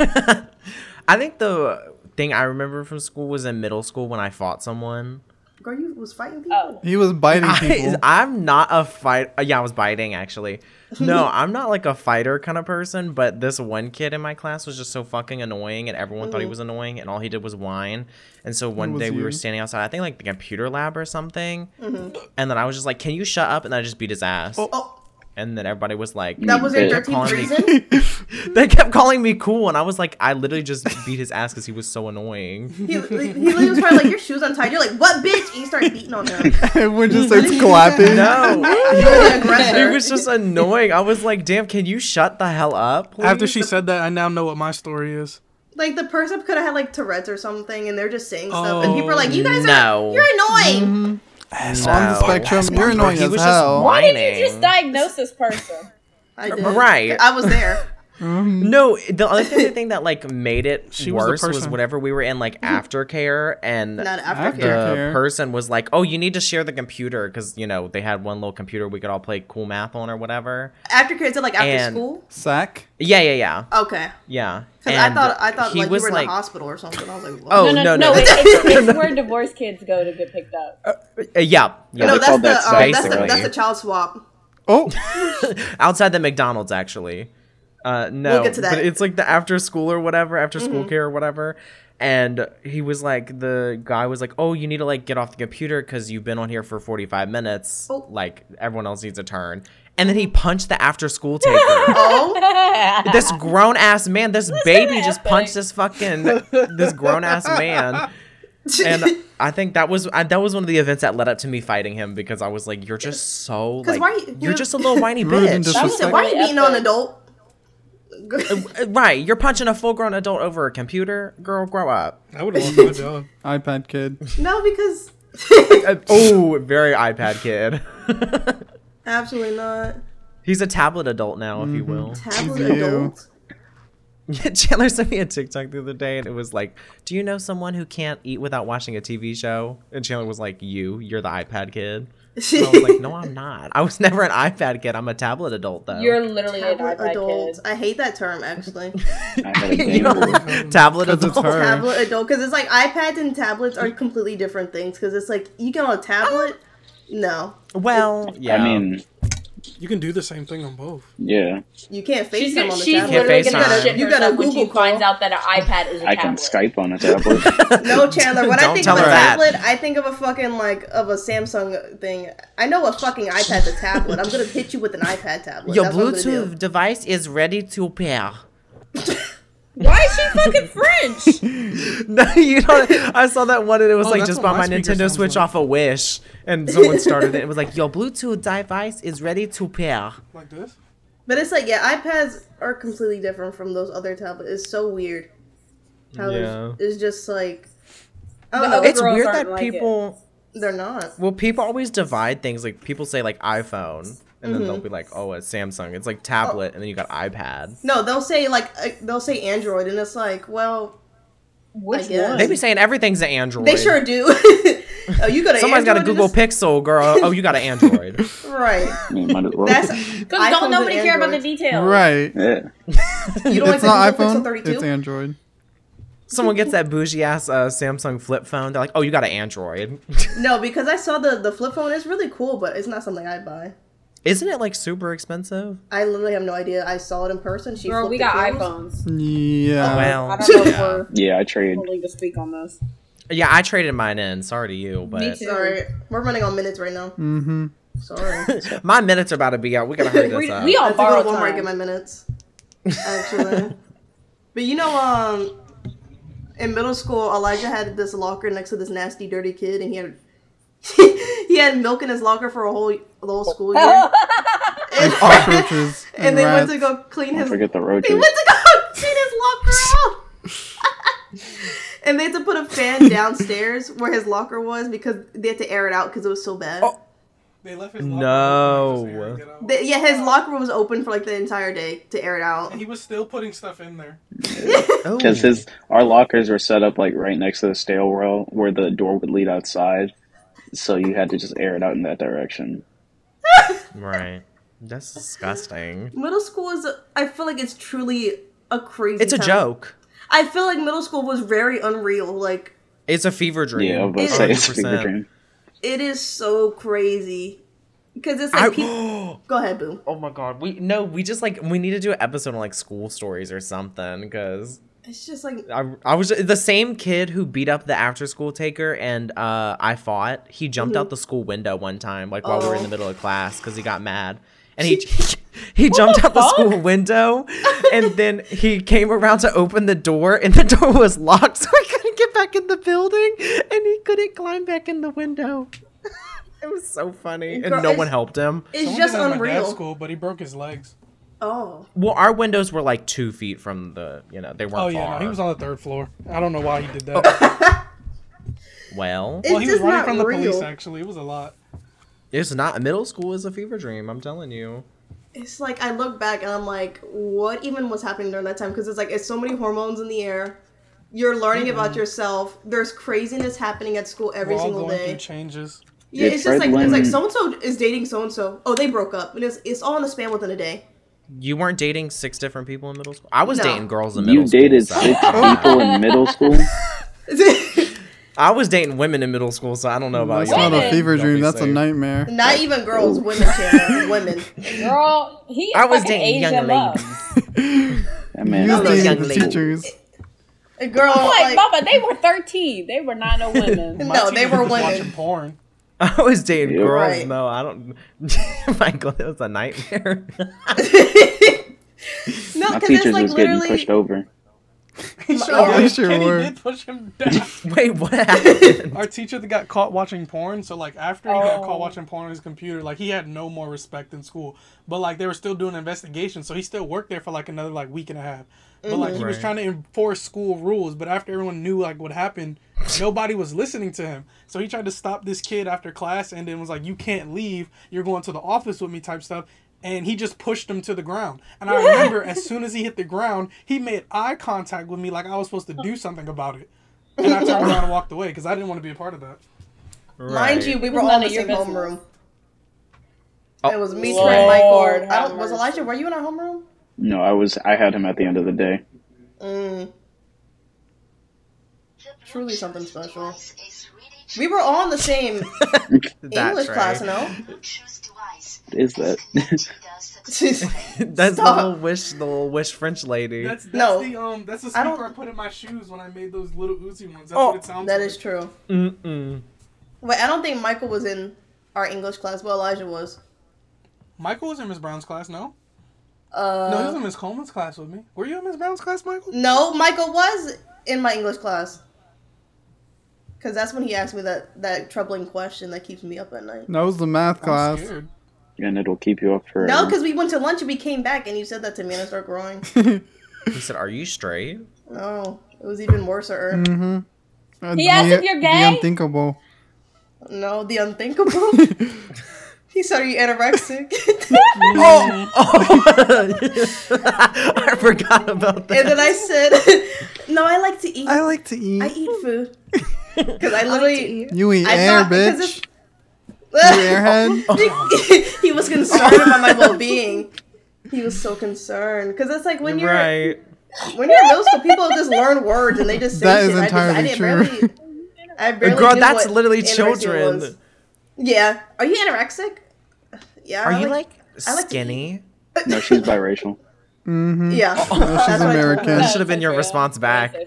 I think the thing I remember from school was in middle school when I fought someone.
Girl, you was fighting people?
Oh,
He was biting people. <laughs>
I, I'm not a fight. uh, Yeah, I was biting actually. No, I'm not like a fighter kind of person. But this one kid in my class was just so fucking annoying, and everyone thought he was annoying, and all he did was whine. And so one
was
day we
you?
were standing outside, I think like the computer lab or something, and then I was just like, "Can you shut up?" And I just beat his ass.
Oh,
And then everybody was like,
that was your
Yeah.
thirteenth
Calling me-
reason?
they kept calling me cool, and I was like, I literally just beat his ass because he was so
<laughs>
annoying.
He, he literally was probably like, "Your shoes untied." You're like, "What, bitch?" And you start beating on
<laughs>
him.
Everyone
<laughs>
just starts clapping.
No,
You're an aggressor.
he was just annoying. I was like, damn, can you shut the hell up? please?"
<laughs> After she said that, I now know what my story is.
like the person could have had like Tourette's or something, and they're just saying stuff, and people are like, "You guys
no.
are you're annoying."
Mm-hmm.
On the
No.
spectrum, you're annoying
He
as
was just
hell.
why did
whining.
you just diagnose this person?
I did.
Right.
I was
<laughs>
there.
No, the other thing, the thing that like
<laughs>
made it
She was the
worse was,
person.
whenever we were in
<laughs>
like aftercare and
Not
the
after care.
Aftercare.
person was like, "Oh, you need to share the computer because you know they had one little computer we could all play cool math on or whatever."
After care is it like after
And-
school?
Sack.
Yeah, yeah, yeah,
Okay.
yeah.
Because Uh, I
And
thought I thought
he
like you
was
were in
like,
the hospital or something. I was like, what?
Oh,
No, no,
no,
no.
no.
it,
<laughs>
it's, it's where divorce kids go to get picked up.
Uh, yeah, yeah.
no,
they
that's
called
the,
that
um, that's the
basically.
that's the child
<laughs>
swap.
Oh,
outside the McDonald's actually. Uh, no,
get to that. Mm-hmm.
but it's like the after school or whatever, after school care or whatever. And he was like, the guy was like, "Oh, you need to like get off the computer because you've been on here for forty five minutes.
Oh.
Like everyone else needs a turn." And then he punched the after
<laughs>
school taker.
Oh,
this grown ass man, this baby just
epic.
punched this fucking this grown ass man. <laughs> And uh, I think that was I, that was one of the events that led up to me fighting him because I was like, "You're just so like
why-
you're
you're-
just a little
<laughs>
whiny
Rude and
bitch."
I was like, why are you
Really
beating on an
epic.
adult? <laughs>
Uh, Right, you're punching a full grown adult over a computer. Girl, grow up.
I would have lost my job.
iPad
<laughs>
kid.
no,
<laughs>
because Uh,
oh, very iPad kid.
absolutely not.
<laughs> He's a tablet adult now, if you will. <laughs>
Tablet
Ew.
adult.
Chandler sent me a TikTok the other day and it was like, Do you know someone who can't eat without watching a TV show? And Chandler was like, You, you're the iPad kid. And I was
<laughs>
like, No, I'm not. I was <laughs> never an iPad kid. I'm a tablet adult, though. <laughs>
You're literally an
Tablet
iPad
adult.
kid.
I hate that term actually.
I had a
You
game
know,
boy.
like, <laughs> tablet
'Cause it's
adult.
her.
tablet adult because it's like iPads and tablets are completely different things because it's like you get on a tablet. No,
Well, yeah.
I mean,
You can do the same thing on both.
Yeah,
You can't FaceTime
She's, gonna,
on the
she's
tablet.
literally
Can't
gonna
FaceTime.
shit
You gotta
herself when she
Google call.
finds out that an iPad is a
I
tablet.
can Skype on a tablet.
No, Chandler. When I
Don't
think
tell
of a
her that.
tablet, I think of a fucking like of a Samsung thing. I know a fucking iPad's a tablet. I'm gonna hit you with an iPad tablet.
Your
That's what I'm gonna do.
Bluetooth device is ready to pair.
Why is she fucking French?
<laughs> No, you know, I saw that one and it was
Oh,
like
that's
just
what
bought
my
my
speaker
Nintendo
sounds
Switch
like.
off a Wish, <laughs> and someone started it. It was like, your Bluetooth device is ready to pair.
Like this?
But it's like, yeah, iPads are completely different from those other tablets. It's so weird. How it's-
Yeah.
it's, just like, I don't
No,
know.
The
It's
girls
weird
aren't
that
like it.
people.
They're not.
Well, people always divide things. Like people say like iPhone, and then
Mm-hmm.
they'll be like, "Oh, it's Samsung." It's like tablet, and then you got iPad.
No, they'll say like uh, they'll say Android, and it's like, well,
Which
guess.
one?
They be saying everything's an Android.
they sure do. <laughs> oh, you got to
Somebody's got a Google Pixel, girl. Oh, you got
<laughs>
an Android.
right?
I mean,
<laughs>
might as well.
That's
<laughs>
Because
iPhones
don't nobody
and
care about the
Androids.
details.
Right.
yeah.
You don't
It's
like
not
the Google Pixel
iPhone.
32?
It's Android.
Someone gets that bougie ass uh, Samsung flip phone. They're like, "Oh, you got an Android." <laughs>
no, because I saw the the flip phone. It's really cool, but it's not something I'd buy.
Isn't it like super expensive?
I literally have no idea. I saw it in person. She
Girl,
flipped
we
it
got
to us.
iPhones.
Yeah.
Uh,
<laughs>
I
Well,
don't know if we're
<laughs> Yeah, I trade.
willing to speak on this.
yeah, I traded mine in. Sorry to you, but
too.
Sorry, we're running on minutes right
Hmm.
now.
Mm-hmm.
Sorry.
<laughs> my minutes are about to be out. We gotta hurry this
We-
up.
we
I
all
have to go
borrow
to Walmart and
time.
get my minutes. Actually, but you know, um, in middle school, Elijah had this locker next to this nasty, dirty kid, and he had <laughs> he had milk in his locker for a whole the whole school year,
Like cockroaches.
and they went to go clean his.
Forget the road
They
trip.
went to go <laughs> clean his locker out. <laughs> And they had to put a fan downstairs where his locker was because they had to air it out because it was so bad.
They left his
No.
locker open. He was just airing it out.
They- yeah, his locker was open for like the entire day to air it out.
He was still putting stuff in there.
Oh.
Because his our lockers were set up like right next to the stairwell where the door would lead outside, so you had to just air it out in that direction.
Right. That's disgusting.
Middle school is, I feel like it's truly a crazy.
It's a
time.
joke.
I feel like middle school was very unreal. Like
It's a fever dream.
Yeah, but say it's a fever
100%.
dream.
it is so crazy because it's
<laughs> I-
like people. <gasps> Go ahead, boom.
<gasps> Oh my god, we no, we just like we need to do an episode on like school stories or something because
It's just like
I I was the same kid who beat up the after school taker and uh I fought. He jumped
Mm-hmm.
out the school window one time like while we were in
Oh.
the middle of class because he got mad and he. He jumped out the school window and then he came around to open the door and the door was locked <laughs> so he couldn't get back in the building and he couldn't climb back in the window. <laughs> it was so funny. And
Girl,
no
it's-
one helped him.
it's
Someone
just
did that at my
unreal.
dad's school, but he broke his legs.
Oh,
Well, our windows were like two feet from the, you know, they weren't
Oh yeah,
far.
no, he was on the third floor. I don't know why he did
<laughs>
that.
well,
it's
well, he was
just
running
not
from the
real.
police. Actually, it was a lot.
it's not. Middle school is a fever dream. I'm telling you.
It's like I look back and I'm like, what even was happening during that time? Because it's like it's so many hormones in the air. You're learning about yourself. There's craziness happening at school every
We're all
single
going through
day.
changes.
Yeah,
It's
it's, just
Fred
like it's like
Lynn.
so and so is dating so and so. Oh, they broke up, and it's it's all in the span within a day.
You weren't dating six different people in middle school. I was
No.
dating girls in middle
You
school.
dated
so-
<laughs>
<laughs>
six people in middle school.
I was dating women in middle school, so I don't know about
That's
you. all
not a
Women.
fever
Don't be
dream. That's a
safe.
nightmare.
Not even girls, women,
<laughs>
Chandler, women.
Girl, he
I was
fucking
dating
aged
young
them up.
That man,
You
Hello,
dated
young
the
lady.
teachers.
A girl,
I'm
like,
like, Mama, they were 13. They were not no <laughs> women.
My
No, they
teacher
were
was
women.
watching
<laughs>
porn.
<laughs> I was dating
Yeah.
girls.
Right.
No, I don't. <laughs> Michael, that was a nightmare. <laughs>
<laughs> no,
my
because it's
teachers
like
was getting pushed
literally.
over.
He
yeah,
did.
sure
Oh, Kenny
were.
did push him down.
Wait, what happened? <laughs>
Our teacher that got caught watching porn, so like after he got
Oh.
caught watching porn on his computer, like he had no more respect in school. But like they were still doing investigations, so he still worked there for like another like week and a half. But like he was
Right.
trying to enforce school rules, but after everyone knew like what happened, nobody was listening to him. So he tried to stop this kid after class and then was like, You can't leave, you're going to the office with me type stuff. And he just pushed him to the ground. And I remember as soon as he hit the ground, he made eye contact with me like I was supposed to do something about it. And I
<laughs>
turned around and walked away because I didn't want to be a part of that.
Mind you, we were
It's
all
none
in the
of your
same
business.
homeroom.
Oh.
It was me,
Lord
Trent, Michael. I
have
don't, was
mercy.
Elijah? Were you in our homeroom?
No, I was. I had him at the end of the day.
Mm. Truly something special. We were all in the same
<laughs>
That's
English class,
right.
no?
Choose device.
is that?
<laughs>
<laughs>
That's
Stop.
the little wish, the little wish French lady.
That's, that's
No.
the um that's the
I
speaker I,
don't-
put in my shoes when I made those little Uzi ones. That's what
Oh,
it sounds
that
like.
is true.
Mm-mm.
Wait, I don't think Michael was in our English class, but Elijah was.
Michael was in Miss Brown's class, no?
Uh,
no, he was in Miss Coleman's class with me. Were you in Miss Brown's class, Michael?
No, Michael was in my English class. Cause that's when he asked me that that troubling question that keeps me up at night.
That was the math
I'm
class.
scared.
and it'll keep you up for
No, because we went to lunch and we came back and you said that to me and I started
<laughs>
growing.
He said, "Are you
<laughs>
straight?"
no, it was even worse. Or
mm-hmm.
He asked if you're gay?
The unthinkable.
no, the
<laughs>
unthinkable. he said, "Are you anorexic?"
Oh, <laughs> I forgot about that.
and then I said, "No, I like to eat.
I
I,
like to eat.
eat food."
<laughs>
Because I literally, <laughs>
you eat
I
air,
thought- because
bitch. You airhead. Oh,
it's- <laughs> he was concerned about my well-being. He was so concerned because it's like when you're
right.
when you're in middle school, people just learn words and they just say
That
shit.
is
I
entirely
just, I
true.
didn't barely, I barely
Girl,
knew
that's
what
literally
anorexia
children.
was. Yeah. Are you anorexic? Yeah.
Are
I
you like
I like to
skinny?
no, she's biracial.
Mm-hmm.
Yeah.
Oh.
No, she's
That's what I told her.
American.
<laughs> That should have been your response back. <laughs>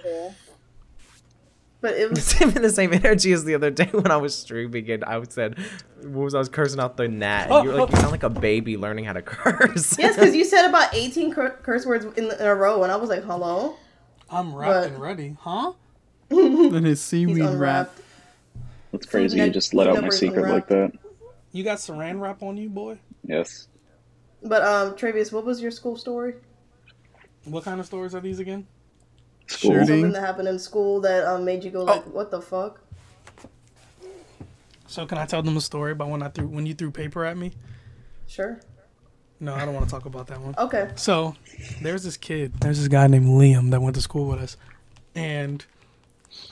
But it was
Same in the same energy as the other day when I was streaming and I said, "What was I was cursing out the net?"
Oh,
And you were like, "You sound like a baby learning how to curse."
yes,
<laughs>
because you said about eighteen cur- curse words in, in a row, and I was like, "Hello."
I'm wrapped
But-
and ready, huh?
And his
He's
seaweed wrap.
unwrapped. <laughs>
That's crazy.
that-
You just let out my
numbers
secret
unwrapped.
like that.
You got saran wrap on you, boy?
Yes.
But um, Travius, what was your school story?
What kind of stories are these again?
School.
Shooting.
Something that happened in school that um, made
Oh.
you go like, "What the fuck?"
So can I tell them a story about when I threw when you threw paper at me?
Sure.
No, I don't want to talk about that one.
Okay.
So there's this kid. There's this guy named Liam that went to school with us, and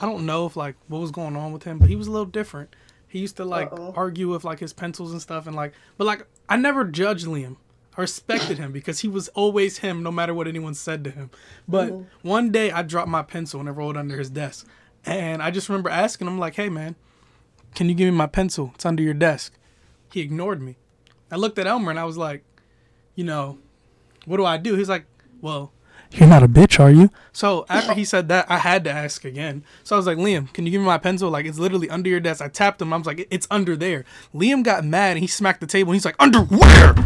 I don't know if like what was going on with him, but he was a little different. He used to like
Uh-oh.
argue with like his pencils and stuff, and like, but like I never judged Liam. I respected him because he was always him, no matter what anyone said to him. But one day I dropped my pencil and it rolled under his desk, and I just remember asking him like, "Hey man, can you give me my pencil? It's under your desk." He ignored me. I looked at Elmer and I was like, you know, what do I do? He's like, well, you're not a bitch, are you? So after he said that, I had to ask again. So I was like, Liam, can you give me my pencil? Like, it's literally under your desk. I tapped him. I was like, it's under there. Liam got mad and he smacked the table. He's like, underwear.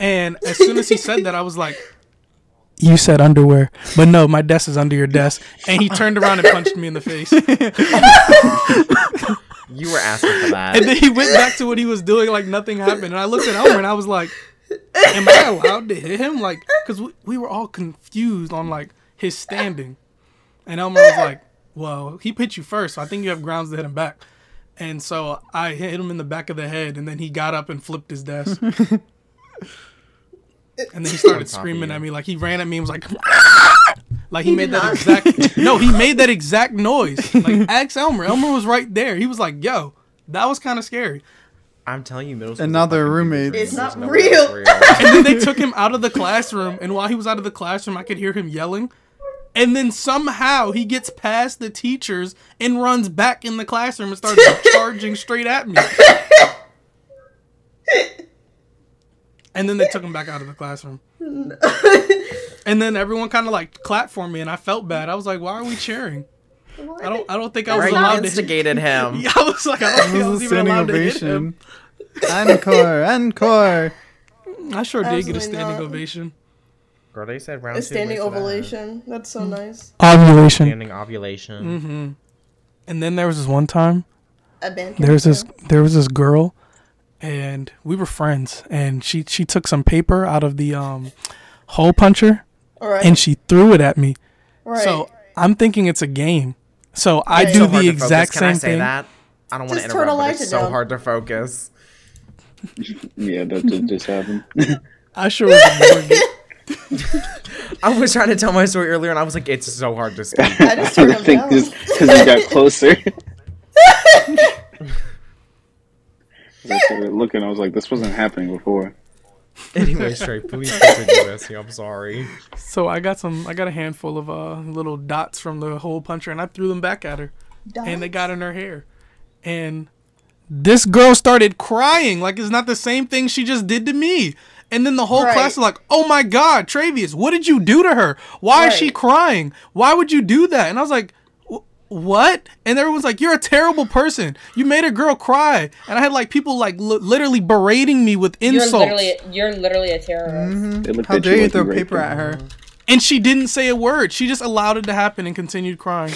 And as soon as he said that, I was like, you said underwear, but no, my desk is under your desk. And he turned around and punched me in the face.
You were asking for that.
And then he went back to what he was doing like nothing happened. And I looked at Elmer and I was like, am I allowed to hit him? Like, because we, we were all confused on like his standing. And Elmer was like, well, he hit you first, so I think you have grounds to hit him back. And so I hit him in the back of the head, and then he got up and flipped his desk. and then he
On top
started
of
screaming
you.
at me, like he ran at me and was like, like he, made
did
that
not.
exact. no, he made that exact noise. Like ask Elmer. Elmer was right there. He was like, yo, that was kind of scary.
I'm telling you, middle school.
Another roommate.
It's not real.
<laughs> And then they took him out of the classroom. And while he was out of the classroom, I could hear him yelling. And then somehow he gets past the teachers and runs back in the classroom and
<laughs>
starts charging straight at me. And then they took him back out of the
<laughs>
classroom. And then everyone kind of like clapped for me, and I felt bad. I was like, "Why are we cheering? I don't. I don't think I was
Right, you
allowed <laughs> to." Hit.
instigated him.
I was like, "I don't think
This
I
is
was
a
even
standing
allowed to hit him."
ovation. encore, encore.
I sure did get a
Absolutely
standing
not.
ovation.
Girl, they said round
A
two.
standing
wait for that.
ovulation. That's
Mm.
so nice.
Oh.
Ovulation.
Standing ovulation.
Mm-hmm. And then there was this one time
A band.
there was this there was this girl and we were friends and she she took some paper out of the um hole puncher
All right.
and she threw it at me
right.
so i'm thinking it's a game so i
Right.
do
So
Hard
the
to focus.
exact
Can I
same
say
thing
that? I don't want to
Just turn
interrupt,
the
but it's
lights
so
down.
hard to focus.
Yeah, that did just happen.
i sure was ignoring it.
I was trying to tell my story earlier, and I was like, it's so hard
<laughs>
to speak.
I just turned
<laughs>
him down.
just because you got closer. 'Cause I started looking. I was like, this wasn't happening before.
anyway, Trey, please continue, Essie. I'm sorry.
so i got some i got a handful of uh little dots from the hole puncher and i threw them back at her and they got in her hair and this girl started crying like it's not the same thing she just did to me. And then the whole
Right.
class is like, "Oh my God, Travius, what did you do to her? Why is she
Right.
crying? Why would you do that?" And I was like, "Wh- "What?" And everyone's like, "You're a terrible person. You made a girl cry." And I had like people like li- literally berating me with
You're
insults.
literally, you're literally a terrorist.
Mm-hmm.
They looked
How
at
dare you
like
throw
raped
paper
them.
at her?
and she didn't say a word. She just allowed it to happen and continued crying.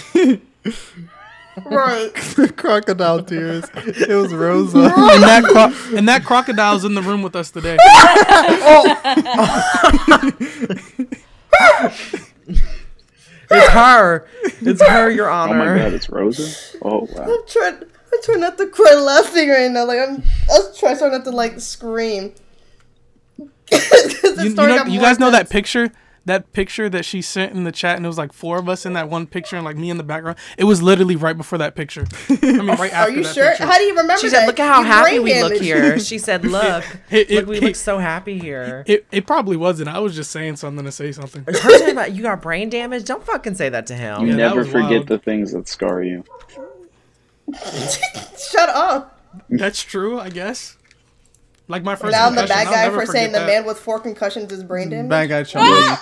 Right.
<laughs> Crocodile tears. It was Rosa.
and that
<laughs>
cro- and that crocodile's in the room with us today.
It's her. It's her, Your
Oh my god,
Honor.
it's Rosa. Oh wow.
I'm trying, I'm trying not to cry laughing right now. Like I'm, I'm trying so not to like scream. <laughs> 'Cause the
You, you
story
know-
got
you
more
guys know that
intense.
picture? That picture that she sent in the chat, and it was like four of us in that one picture, and like me in the background. It was literally right before that picture. I
<laughs>
mean, right
Are
after
you
that
sure?
picture.
How do you remember
She
that?
said, "Look at how
You
happy
brain
we look
damaged."
here." She said, "Look,
<laughs> It- it-
look, we look
it-
so happy here."
It, it probably wasn't. I was just saying something to say something.
Her talking about you got brain damage. Don't fucking say that to him.
Yeah, that
Never
was
forget
wild.
the things that scar you.
Shut up.
That's true, I guess. Like my first.
Now I'm the
confession,
bad
I'll
guy
never
for
forget
saying the
that.
man with four concussions is brain damaged.
Bad guy, Charlie.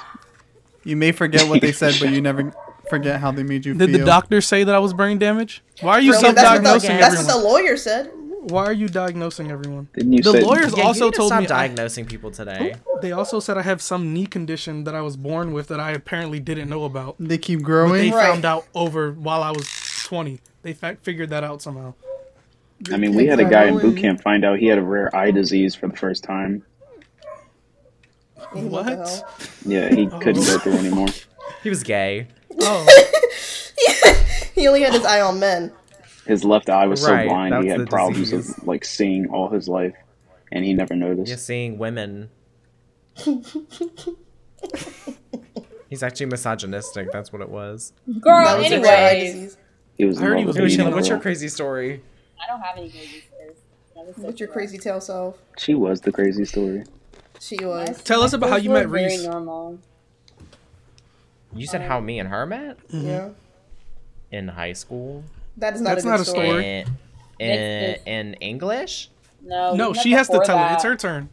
You may forget what they said, but you never forget how they made you
Did
feel.
the doctor say that I was brain damaged? Why are you
Really, that's, what the,
self-diagnosing
that's what
everyone?
the lawyer said.
Why are you diagnosing everyone?
Didn't you
The
say
lawyers
Yeah,
also
you need to
told
stop
me I-
diagnosing people today.
They also said I have some knee condition that I was born with that I apparently didn't know about.
They keep
They
growing.
Right.
found out over while I was 20. They fa- figured that out somehow.
I mean, we had a guy in boot camp find out he had a rare eye disease for the first time.
What the hell?
What?
Yeah, he couldn't go through anymore.
He was gay.
Oh,
<laughs> He only had his eye on men.
His left eye was
Right,
so blind
that's
he
the
had problems
disease.
with like seeing all his life, and he never noticed.
You're seeing women. He's actually misogynistic. That's what it was.
Girl,
That was a rare eye
anyways,
disease.
He was
I heard
in
he
love
was
with
Shannon,
Nina
What's your
Girl.
crazy story?
I don't have any babies. That was so
What's your
cool.
crazy tail self?
She was the crazy story.
She was.
tell us about how
Those
you
were
met
very
Reese.
normal.
You said how me and her met
Yeah.
in high school
That is not
Mm-hmm. That's
a good
not a
story.
story.
in in,
Next is-
in English.
Oh,
No,
No, she has to tell it. It's her turn.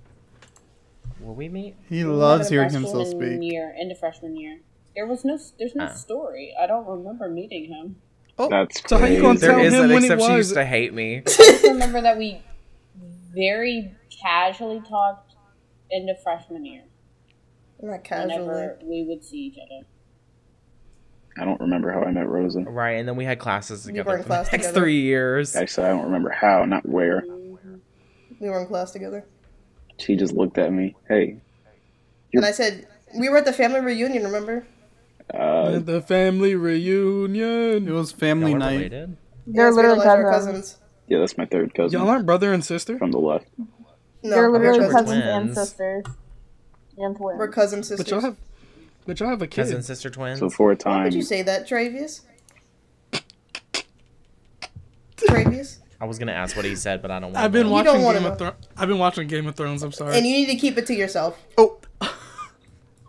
Will we meet?
He loves hearing himself speak.
Year, into freshman year, there was no. There's no
Ah.
story. I don't remember meeting him.
Oh,
That's
So how you
crazy.
gonna
There
Tell
is
him
an
when it
except she
was.
used to hate me.
I just remember that we very casually talked into freshman year.
Not casually.
Whenever we would see each other.
I don't remember how I met Rosa.
Right, and then we had classes together
were
for
in
the
class
next
together.
three years.
Actually, I don't remember how, not where.
We were in class together.
She just looked at me. Hey,
And I said, we were at the family reunion, remember?
uh,
the family
It
reunion.
was family
Y'all are
night.
related?
They're
Yes, we
literally
realized our
cousins.
cousins.
yeah, that's my third cousin
Y'all aren't brother and sister,
from the left.
No,
They're literally cousins,
we're cousins.
and
Twins.
sisters. And twins.
We're cousin sisters.
but y'all have, but y'all have a kid.
Cousin, sister, twins.
So for a
Why
time,
would you say that, Travius? Travius?
I was gonna ask what he said, but I don't want.
I've been
to.
watching
wanna
Game of
know.
Thrones. I've been watching Game of Thrones. I'm sorry.
And you need to keep it to yourself.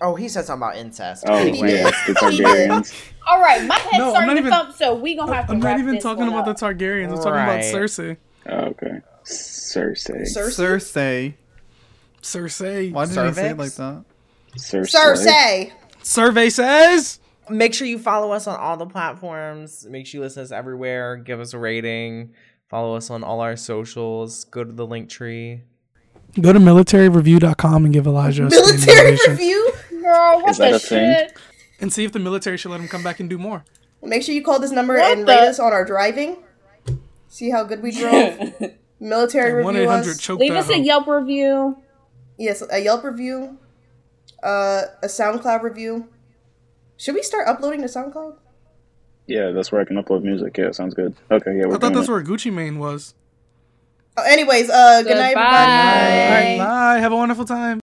Oh, he said something about incest.
oh yeah, the Targaryens.
All right, my head's
No, I'm
starting
not
to
even-
thump, so we gonna have to.
I'm
wrap
not even
this
talking
one
about the
up.
Targaryens. I'm talking about
Right.
Cersei.
Oh, okay, Cersei.
Cersei.
Cersei.
Cersei.
Why did I say it
Cervix?
like that?
Cersei.
Cersei!
Survey says.
Make sure you follow us on all the platforms. Make sure you listen to us everywhere. Give us a rating. Follow us on all our socials. Go to the link tree.
Go to militaryreview.com and give Elijah a standing
Military
ovation.
review?
Girl, what
Is that
the
a thing?
shit?
and see if the military should let him come back and do more.
Make sure you call this number
What
and
the-
rate us on our driving. See
<laughs>
how good we drove. Military
One eight
review
hundred
us.
choke
Leave us a Yelp review.
yes, a Yelp review. Uh, a SoundCloud review. Should we start uploading to SoundCloud?
Yeah, that's where I can upload music. Yeah, sounds good. Okay, yeah, we're
I thought
doing
that's
it.
where Gucci Mane was.
Oh, anyways, uh, good night,
Goodbye.
everybody.
All right, bye. Have a wonderful time.